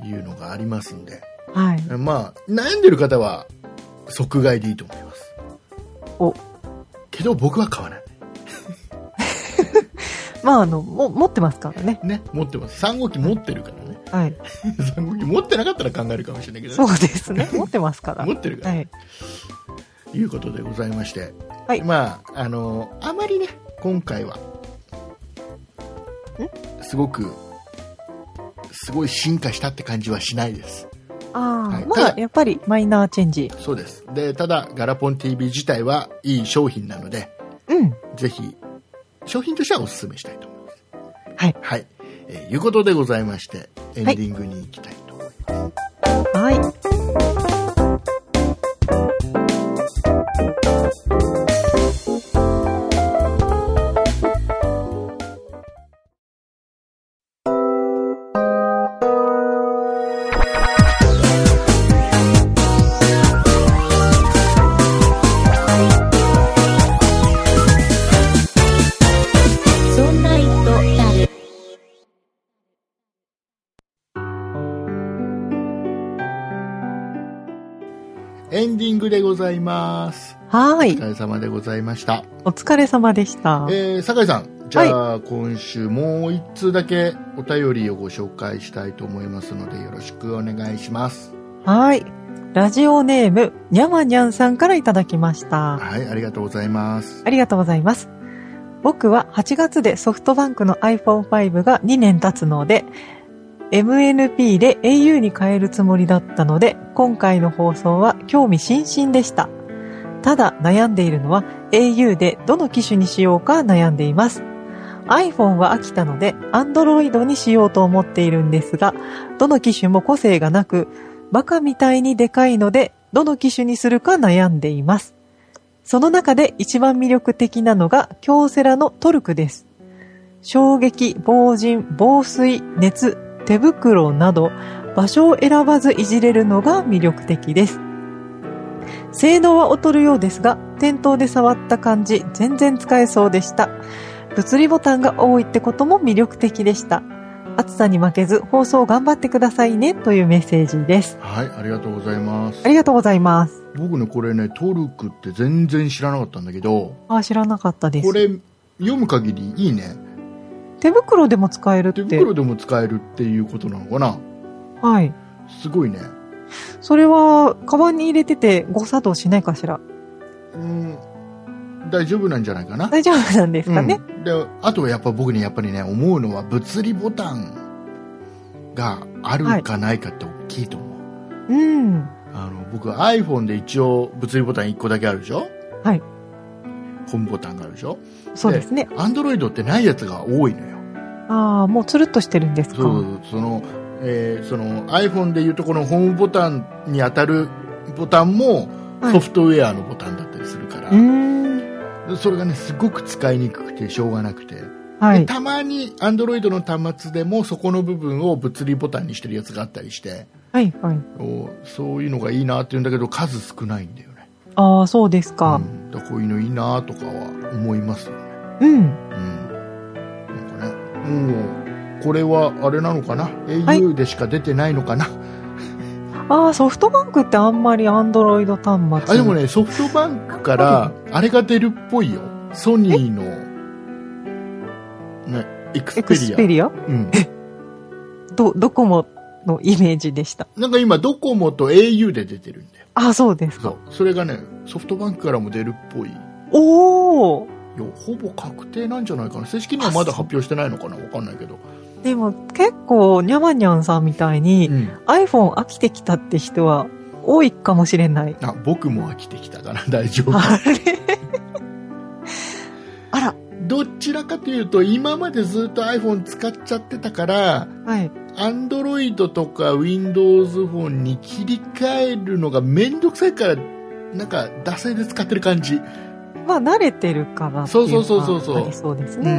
[SPEAKER 2] いうのがありますんで、
[SPEAKER 3] はい。
[SPEAKER 2] まあ悩んでる方は即買いでいいと思います
[SPEAKER 3] お
[SPEAKER 2] けど僕は買わない
[SPEAKER 3] まあ、あの、も、持ってますからね。
[SPEAKER 2] ね、持ってます。3号機持ってるからね。 *laughs*
[SPEAKER 3] はい。
[SPEAKER 2] 3号機持ってなかったら考えるかもしれないけど、
[SPEAKER 3] そ
[SPEAKER 2] ね
[SPEAKER 3] う、で
[SPEAKER 2] *laughs*
[SPEAKER 3] すね。持ってますから。
[SPEAKER 2] 持ってるから、
[SPEAKER 3] はい。
[SPEAKER 2] ということでございまして、
[SPEAKER 3] はい
[SPEAKER 2] まあ、あの、あまりね、今回は、すごく、すごい進化したって感じはしないです。
[SPEAKER 3] ああ、
[SPEAKER 2] はい
[SPEAKER 3] ま
[SPEAKER 2] た
[SPEAKER 3] だ
[SPEAKER 2] だ
[SPEAKER 3] やっぱりマイナーチェンジ。
[SPEAKER 2] そうです。で、ただ、ガラポン TV 自体はいい商品なので、
[SPEAKER 3] うん。
[SPEAKER 2] ぜひ、商品としてはお勧めしたいと思います。
[SPEAKER 3] はい。
[SPEAKER 2] はい。えーいうことでございまして、エンディングに行きたいと思います。
[SPEAKER 3] はい。
[SPEAKER 1] そんな糸だる。
[SPEAKER 2] エンディングでございます。
[SPEAKER 3] は
[SPEAKER 2] お
[SPEAKER 3] い。
[SPEAKER 2] 疲れ様でございました。
[SPEAKER 3] お疲れ様でした。
[SPEAKER 2] えー、酒井さん、じゃあ、今週もう一通だけお便りをご紹介したいと思いますので、よろしくお願いします。
[SPEAKER 3] はい。ラジオネーム、にゃまにゃんさんからいただきました。
[SPEAKER 2] はい、ありがとうございます。
[SPEAKER 3] ありがとうございます。僕は8月でソフトバンクの iPhone5 が2年経つので、MNP で au に変えるつもりだったので、今回の放送は興味津々でした。ただ悩んでいるのは au でどの機種にしようか悩んでいます。iPhone は飽きたので Android にしようと思っているんですが、どの機種も個性がなく、バカみたいにでかいので、どの機種にするか悩んでいます。その中で一番魅力的なのが京セラのトルクです。衝撃、防塵、防水、熱、手袋など場所を選ばずいじれるのが魅力的です。性能は劣るようですが、店頭で触った感じ、全然使えそうでした。物理ボタンが多いってことも魅力的でした。暑さに負けず放送頑張ってくださいねというメッセージです。
[SPEAKER 2] はい、ありがとうございます
[SPEAKER 3] あ。りがとうございます。
[SPEAKER 2] 僕ね、これね、トルクって全然知らなかったんだけど、
[SPEAKER 3] あ、知らなかったで
[SPEAKER 2] こ
[SPEAKER 3] す。
[SPEAKER 2] れ、読む限りいいね。
[SPEAKER 3] 手袋でも使えるっ
[SPEAKER 2] 手
[SPEAKER 3] て。
[SPEAKER 2] 袋でも使えるっていうことなのかな
[SPEAKER 3] はい。
[SPEAKER 2] すごいね。
[SPEAKER 3] それは、カバンに入れてて誤作動しないかしら。
[SPEAKER 2] うん、大丈夫なんじゃないかな。
[SPEAKER 3] 大丈夫なんですかね。
[SPEAKER 2] うん、であとはやっぱ僕ねやっぱりね思うのは物理ボタンがあるかないかって大きいと思う、
[SPEAKER 3] うん。
[SPEAKER 2] あの僕 iPhone で一応物理ボタン1個だけあるでしょ
[SPEAKER 3] はい
[SPEAKER 2] ホームボタンがあるでしょ
[SPEAKER 3] そうですね。
[SPEAKER 2] Android ってないやつが多いのよ
[SPEAKER 3] ああ、もうつるっとしてるんですか。
[SPEAKER 2] そうその,、えーその iPhone でいうとこのホームボタンに当たるボタンも
[SPEAKER 3] はい
[SPEAKER 2] ソフトウェアのボタンだったりするから、
[SPEAKER 3] うーん。
[SPEAKER 2] それがねすごく使いにくくてしょうがなくて、
[SPEAKER 3] は
[SPEAKER 2] で
[SPEAKER 3] い。
[SPEAKER 2] たまにアンドロイドの端末でもそこの部分を物理ボタンにしてるやつがあったりして
[SPEAKER 3] はい、はい。
[SPEAKER 2] おそういうのがいいなって言うんだけど数少ないんだよね、
[SPEAKER 3] ああ、そうです
[SPEAKER 2] う
[SPEAKER 3] か。
[SPEAKER 2] ん、だからこういうのいいなとかは思いますよね、
[SPEAKER 3] うん。
[SPEAKER 2] うん、なんかねもうこれはあれなのかな、
[SPEAKER 3] い
[SPEAKER 2] au でしか出てないのかな
[SPEAKER 3] ああ、ソフトバンクってあんまりアンドロイド端末。
[SPEAKER 2] あでも。ねソフトバンクからあれが出るっぽいよソニーのねエク
[SPEAKER 3] エ
[SPEAKER 2] スペ
[SPEAKER 3] ク
[SPEAKER 2] リア
[SPEAKER 3] スペリア
[SPEAKER 2] うん、
[SPEAKER 3] ど、ドコモのイメージでした。
[SPEAKER 2] なんか今ドコモと au で出てるんだよ
[SPEAKER 3] ああ、そうです
[SPEAKER 2] そ
[SPEAKER 3] か
[SPEAKER 2] う。それがねソフトバンクからも出るっぽい
[SPEAKER 3] おお。
[SPEAKER 2] よほぼ確定なんじゃないかな正式にはまだ発表してないのかなわかんないけど、
[SPEAKER 3] でも結構、ニャマニャンさんみたいに、
[SPEAKER 2] うん、
[SPEAKER 3] iPhone 飽きてきたって人は多いかもしれない。
[SPEAKER 2] あ僕も飽きてきたから *laughs* 大
[SPEAKER 3] *laughs*
[SPEAKER 2] 丈夫
[SPEAKER 3] あれあら、
[SPEAKER 2] どちらかというと今までずっと iPhone 使っちゃってたから
[SPEAKER 3] はい。
[SPEAKER 2] Android とか Windows フォンに切り替えるのがめんどくさいからなんか惰性で使ってる感じ、
[SPEAKER 3] まあ、慣れてるからってい
[SPEAKER 2] そうそうそうそう
[SPEAKER 3] のがありそうです
[SPEAKER 2] う
[SPEAKER 3] ね。
[SPEAKER 2] ん、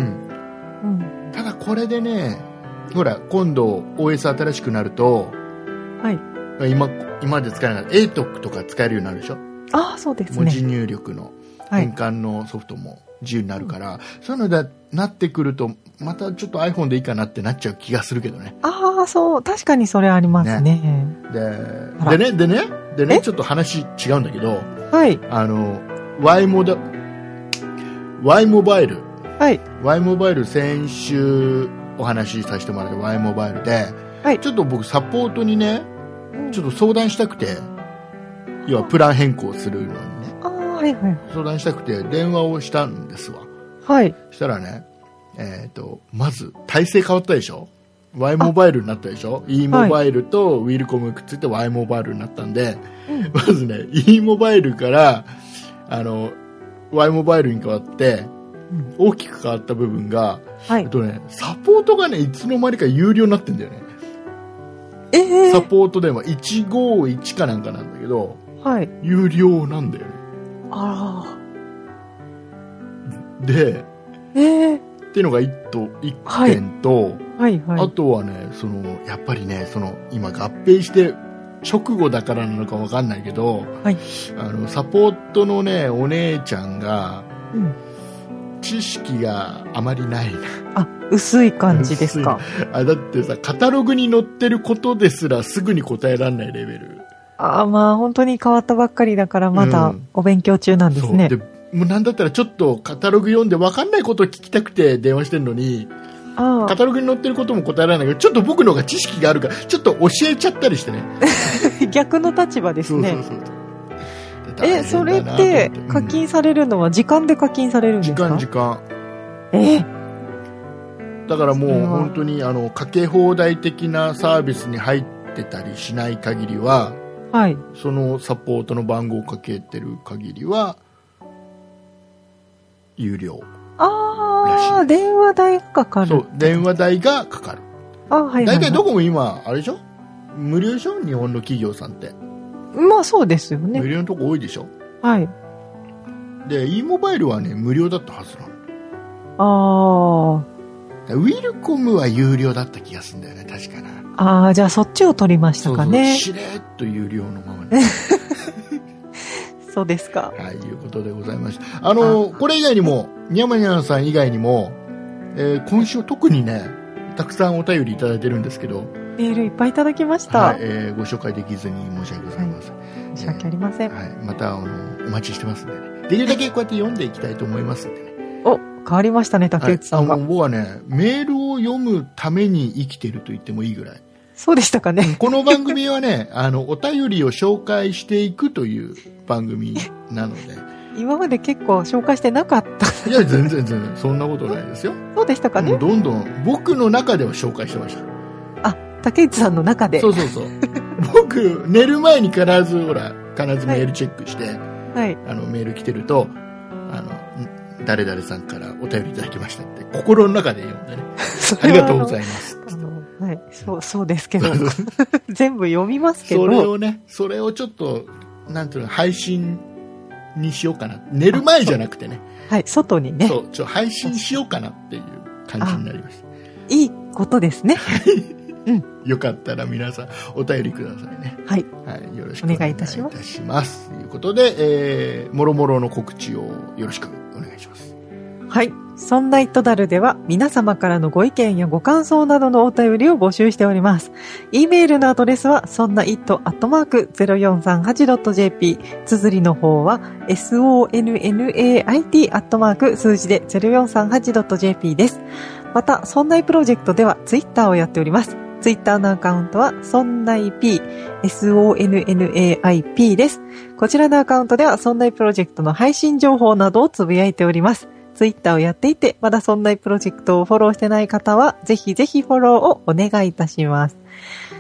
[SPEAKER 3] うん。
[SPEAKER 2] ただこれでねほら今度 OS 新しくなると
[SPEAKER 3] はい。
[SPEAKER 2] 今今まで使えなかった ATOC とか使えるようになるでしょ
[SPEAKER 3] ああ、そうです
[SPEAKER 2] 文字
[SPEAKER 3] ね。
[SPEAKER 2] 入力の
[SPEAKER 3] は
[SPEAKER 2] 変
[SPEAKER 3] い。
[SPEAKER 2] 換のソフトも自由になるから、そういうのでなってくるとまたちょっと iPhone でいいかなってなっちゃう気がするけどね
[SPEAKER 3] ああ、そう。確かにそれありますね。あ
[SPEAKER 2] で
[SPEAKER 3] ら
[SPEAKER 2] でねでねでね
[SPEAKER 3] え
[SPEAKER 2] ちょっと話違うんだけど
[SPEAKER 3] はい。
[SPEAKER 2] あの Y モダ Y モバイル
[SPEAKER 3] はい。
[SPEAKER 2] Y モバイル先週お話しさせてもらった Y モバイルで、
[SPEAKER 3] はい
[SPEAKER 2] ちょっと僕サポートにねちょっと相談したくて要はプラン変更するのにね
[SPEAKER 3] ああ、はいはい。
[SPEAKER 2] 相談したくて電話をしたんですわ
[SPEAKER 3] はい。
[SPEAKER 2] したらね、えー、とまず体制変わったでしょ Y モバイルになったでしょ E モバイルとウィルコムくっついて Y モバイルになったんで、
[SPEAKER 3] うん
[SPEAKER 2] まずね E モバイルからあの Y モバイルに変わって
[SPEAKER 3] ん
[SPEAKER 2] 大きく変わった部分が、
[SPEAKER 3] は
[SPEAKER 2] えっ
[SPEAKER 3] い。
[SPEAKER 2] とね、サポートがねいつの間にか有料になってんだよね
[SPEAKER 3] ええ
[SPEAKER 2] サポート電話151かなんかなんだけど
[SPEAKER 3] はい。
[SPEAKER 2] 有料なんだよね
[SPEAKER 3] あら。
[SPEAKER 2] で
[SPEAKER 3] ええ
[SPEAKER 2] っていうのが 1, と一
[SPEAKER 3] はい
[SPEAKER 2] 点と、
[SPEAKER 3] はいは
[SPEAKER 2] あ
[SPEAKER 3] い。
[SPEAKER 2] とはね、そのやっぱりね、その今、合併して直後だからなのかわかんないけど、
[SPEAKER 3] はい
[SPEAKER 2] あのサポートの、ね、お姉ちゃんが
[SPEAKER 3] うん。
[SPEAKER 2] 知識があまりない *laughs* な
[SPEAKER 3] あ、薄い感じですか。
[SPEAKER 2] あだってさ、カタログに載ってることですらすぐに答えられないレベル、
[SPEAKER 3] ああ、まあ本当に変わったばっかりだから、まだ
[SPEAKER 2] うん
[SPEAKER 3] お勉強中なんですね
[SPEAKER 2] で。もうなんだったらちょっとカタログ読んでわかんないことを聞きたくて電話してるのに
[SPEAKER 3] あ
[SPEAKER 2] カ
[SPEAKER 3] あ、
[SPEAKER 2] タログに載ってることも答えられないけどちょっと僕の方が知識があるからちょっと教えちゃったりしてね。
[SPEAKER 3] *laughs* 逆の立場ですね。
[SPEAKER 2] そうそうそう
[SPEAKER 3] え、それって課金されるのは時間で課金されるんです
[SPEAKER 2] 時
[SPEAKER 3] か
[SPEAKER 2] 間時間
[SPEAKER 3] え
[SPEAKER 2] だからも
[SPEAKER 3] そうれは
[SPEAKER 2] 本当にあのかけ放題的なサービスに入ってたりしない限りは
[SPEAKER 3] はい。
[SPEAKER 2] そのサポートの番号をかけてる限りは有料
[SPEAKER 3] あ
[SPEAKER 2] らし
[SPEAKER 3] あ、電話代がかか
[SPEAKER 2] そ
[SPEAKER 3] る
[SPEAKER 2] う。電話代がかかる
[SPEAKER 3] あはいはい、
[SPEAKER 2] 大体ど
[SPEAKER 3] は
[SPEAKER 2] こも今あれでしょ無料でしょ日本の企業さんって、
[SPEAKER 3] い。まあそうですよ
[SPEAKER 2] 無
[SPEAKER 3] ね。
[SPEAKER 2] 料のとこ多いでしょ
[SPEAKER 3] はい。
[SPEAKER 2] で e モバイルはね無料だったはずなの
[SPEAKER 3] ああ、
[SPEAKER 2] ウィルコムは有料だった気がするんだよね確かな
[SPEAKER 3] ああ、じゃあそっちを取りましたかね。
[SPEAKER 2] そうそうしれっと有料のまま
[SPEAKER 3] *laughs*
[SPEAKER 2] ね
[SPEAKER 3] そうですか。
[SPEAKER 2] はいいうことでございましたあのこれ以外にもにゃまにゃんさん以外にも、えー今週特にねたくさんお便りいただいてるんですけど、
[SPEAKER 3] メールいっぱいいただきました。
[SPEAKER 2] はいえーご紹介できずに申し訳ございません、
[SPEAKER 3] 申し訳ありません。
[SPEAKER 2] はい、またあのお待ちしてますんでねできるだけこうやって読んでいきたいと思いますんでね
[SPEAKER 3] お、変わりましたね、
[SPEAKER 2] は
[SPEAKER 3] 竹
[SPEAKER 2] い
[SPEAKER 3] 内、さ
[SPEAKER 2] あ
[SPEAKER 3] んが。
[SPEAKER 2] の僕はねメールを読むために生きてると言ってもいいぐらい
[SPEAKER 3] そうでしたかね。
[SPEAKER 2] この番組はね *laughs* あのお便りを紹介していくという番組なので
[SPEAKER 3] 今まで結構紹介してなかった。 *laughs*
[SPEAKER 2] いや全然全然そんなことないですよ
[SPEAKER 3] そうでしたか
[SPEAKER 2] もう
[SPEAKER 3] ね。
[SPEAKER 2] どんどん僕の中では紹介してました
[SPEAKER 3] あ、竹内さんの中で
[SPEAKER 2] そ。うそう
[SPEAKER 3] *laughs*
[SPEAKER 2] そう僕寝る前に必ずほら必ずメールチェックして、
[SPEAKER 3] はい。
[SPEAKER 2] あのメール来てるとあのん誰々さんからお便りいただきましたって心の中で読んでね *laughs* ありがとうございま
[SPEAKER 3] *laughs*
[SPEAKER 2] す
[SPEAKER 3] あのはい、そう、そうで
[SPEAKER 2] *laughs*
[SPEAKER 3] すけど。全部読みますけ
[SPEAKER 2] それ
[SPEAKER 3] ど。
[SPEAKER 2] をねそれをちょっとなんていうの配信にしようかな寝る前じゃなくてね
[SPEAKER 3] はい、外にね
[SPEAKER 2] そ。うちょ配信しようかなっていう感じになりました
[SPEAKER 3] いいことですね。
[SPEAKER 2] よかったら皆さんお便りくださいね
[SPEAKER 3] はい。
[SPEAKER 2] はいよろしくお願いいたし
[SPEAKER 3] お
[SPEAKER 2] ま
[SPEAKER 3] 願いい
[SPEAKER 2] すということで、えー、もろもろの告知をよろしくお願いします
[SPEAKER 3] はい。そんなイトダルでは皆様からのご意見やご感想などのお便りを募集しております。e メールのアドレスはそんな it.0438.jp 綴りの方は sonnait. 数字で 0438.jp です。また、そんないプロジェクトではツイッターをやっております。ツイッターのアカウントはそんない p sonnaip です。こちらのアカウントではそんないプロジェクトの配信情報などをつぶやいております。ツイッターをやっていて、まだそんなプロジェクトをフォローしてない方は、ぜひぜひフォローをお願いいたします。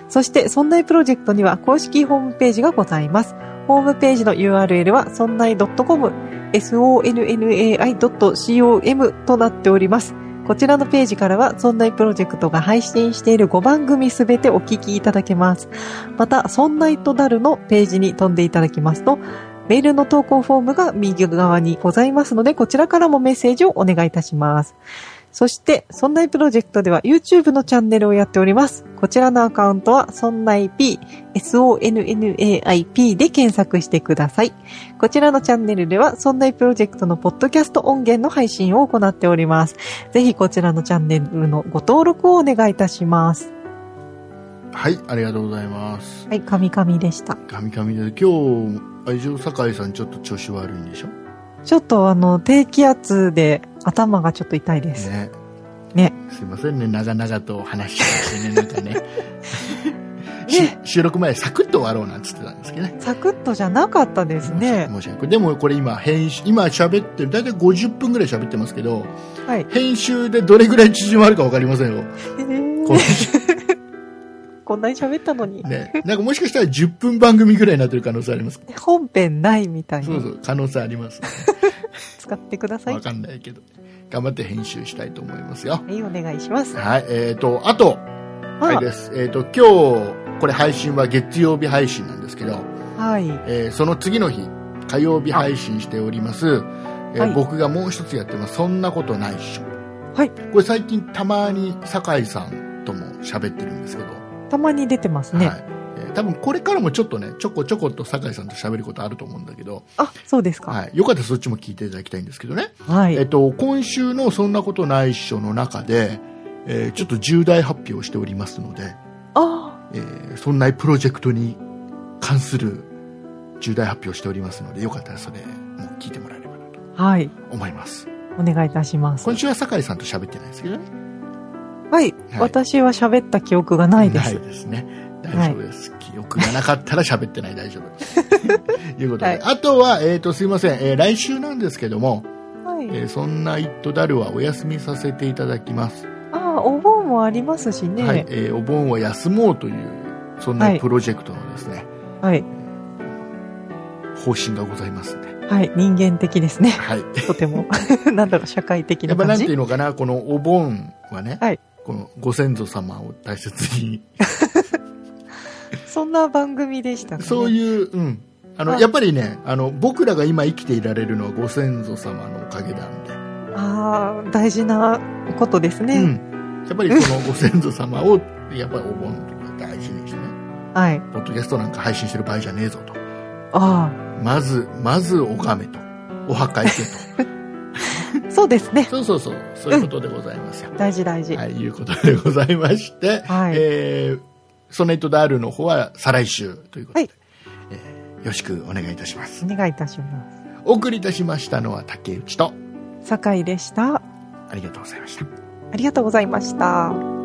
[SPEAKER 3] そして、そんなプロジェクトには公式ホームページがございます。ホームページの URL は、そんない .com、sonnai.com となっております。こちらのページからは、そんなプロジェクトが配信している5番組すべてお聞きいただけます。また、そんないとなるのページに飛んでいただきますと、メールの投稿フォームが右側にございますので、こちらからもメッセージをお願いいたします。そして、そんないプロジェクトでは YouTube のチャンネルをやっております。こちらのアカウントは、そんない P、sonnaip で検索してください。こちらのチャンネルでは、そんないプロジェクトのポッドキャスト音源の配信を行っております。ぜひこちらのチャンネルのご登録をお願いいたします。
[SPEAKER 2] はいありがとうございます
[SPEAKER 3] はい、カミカミでした。
[SPEAKER 2] カミカミで今日愛情酒井さんちょっと調子悪いんでしょ
[SPEAKER 3] ちょっとあの、低気圧で頭がちょっと痛いです。
[SPEAKER 2] ね
[SPEAKER 3] ね
[SPEAKER 2] すいませんね長々と話ししてねなんかねし収録前サクッと終わろうなんつってたんですけどね
[SPEAKER 3] サクッとじゃなかったですね。
[SPEAKER 2] 申し訳ないでもこれ今編集今喋ってる大体50分ぐらい喋ってますけど
[SPEAKER 3] はい。
[SPEAKER 2] 編集でどれぐらい縮まるか分かりませんよこの
[SPEAKER 3] こんなに喋ったのに、
[SPEAKER 2] ねなんかもしかしたら10分番組ぐらいになってる可能性あります
[SPEAKER 3] 本編ないみたい
[SPEAKER 2] そうそ
[SPEAKER 3] に
[SPEAKER 2] う可能性あります
[SPEAKER 3] 使ってください。
[SPEAKER 2] 分
[SPEAKER 3] は
[SPEAKER 2] かんないけど頑張って編集したいと思いますよ
[SPEAKER 3] い、お願いします。
[SPEAKER 2] はいえー、とあとあれ
[SPEAKER 3] は
[SPEAKER 2] ですえー、と今日これ配信は月曜日配信なんですけど、
[SPEAKER 3] はい。
[SPEAKER 2] えーその次の日火曜日配信しております、えー
[SPEAKER 3] はい
[SPEAKER 2] 僕がもう一つやってます「そんなことないっしょ」
[SPEAKER 3] はい
[SPEAKER 2] これ最近たまに酒井さんとも喋ってるんですけど、
[SPEAKER 3] たまに出てますね。
[SPEAKER 2] はいえー多分これからもちょっとねちょこちょこと酒井さんと喋ることあると思うんだけど、
[SPEAKER 3] あ、そうですか。
[SPEAKER 2] はい、よかったらそっちも聞いていただきたいんですけどね、
[SPEAKER 3] はい。
[SPEAKER 2] えっと今週の「そんなことないっしょ」の中で、えーちょっと重大発表をしておりますので、
[SPEAKER 3] あ、
[SPEAKER 2] えーそんなプロジェクトに関する重大発表をしておりますのでよかったらそれも聞いてもらえればなと
[SPEAKER 3] はい。
[SPEAKER 2] 思います
[SPEAKER 3] お願いいたします。
[SPEAKER 2] 今週は酒井さんと喋ってないですけどね
[SPEAKER 3] はい。
[SPEAKER 2] はい
[SPEAKER 3] 私は喋った記憶がないです。
[SPEAKER 2] ね大丈夫です、記憶がなかったら喋ってない大丈
[SPEAKER 3] *laughs*
[SPEAKER 2] 夫ということで、
[SPEAKER 3] はい
[SPEAKER 2] あとは、えー、とすいません、えー来週なんですけども、
[SPEAKER 3] はい。
[SPEAKER 2] えーそんな「イットダル」はお休みさせていただきます、
[SPEAKER 3] あ、お盆もありますしね。は
[SPEAKER 2] はい
[SPEAKER 3] い。
[SPEAKER 2] えーお盆は休もうというそん
[SPEAKER 3] は
[SPEAKER 2] ないプロジェクトのですね、
[SPEAKER 3] はい。
[SPEAKER 2] 方針がございますんで、
[SPEAKER 3] 人間的で
[SPEAKER 2] *laughs*
[SPEAKER 3] すね。
[SPEAKER 2] はい、
[SPEAKER 3] とても。 *laughs* なんだろう、社会的
[SPEAKER 2] や
[SPEAKER 3] な
[SPEAKER 2] っぱな
[SPEAKER 3] 感
[SPEAKER 2] んてい
[SPEAKER 3] じ
[SPEAKER 2] う。のかな、このお盆はね、
[SPEAKER 3] はい
[SPEAKER 2] このご先祖様を大切に、
[SPEAKER 3] そんな番組でしたかね。
[SPEAKER 2] そういう、うん。あの、
[SPEAKER 3] はい
[SPEAKER 2] やっぱりね、あの、僕らが今生きていられるのはご先祖様のおかげなんで、
[SPEAKER 3] ああ、大事なことですね。
[SPEAKER 2] うん。やっぱりそのご先祖様を、やっぱりお盆とか大事にしてね、
[SPEAKER 3] はい。
[SPEAKER 2] ポッドキャストなんか配信してる場合じゃねえぞと。
[SPEAKER 3] あ
[SPEAKER 2] まず、まず拝めと。お墓行けと。
[SPEAKER 3] あ。そうですね。
[SPEAKER 2] そうそうそう、そういうことでございますよ。
[SPEAKER 3] 大事大事。
[SPEAKER 2] はい、いうことでございまして、
[SPEAKER 3] はい
[SPEAKER 2] えーソネットダールの方は再来週ということで、
[SPEAKER 3] はい
[SPEAKER 2] えーよろしくお願いいたします
[SPEAKER 3] お。願いいたします。
[SPEAKER 2] お送りいたしましたのは竹内と、
[SPEAKER 3] 酒井でした。
[SPEAKER 2] ありがとうございました。
[SPEAKER 3] ありがとうございました。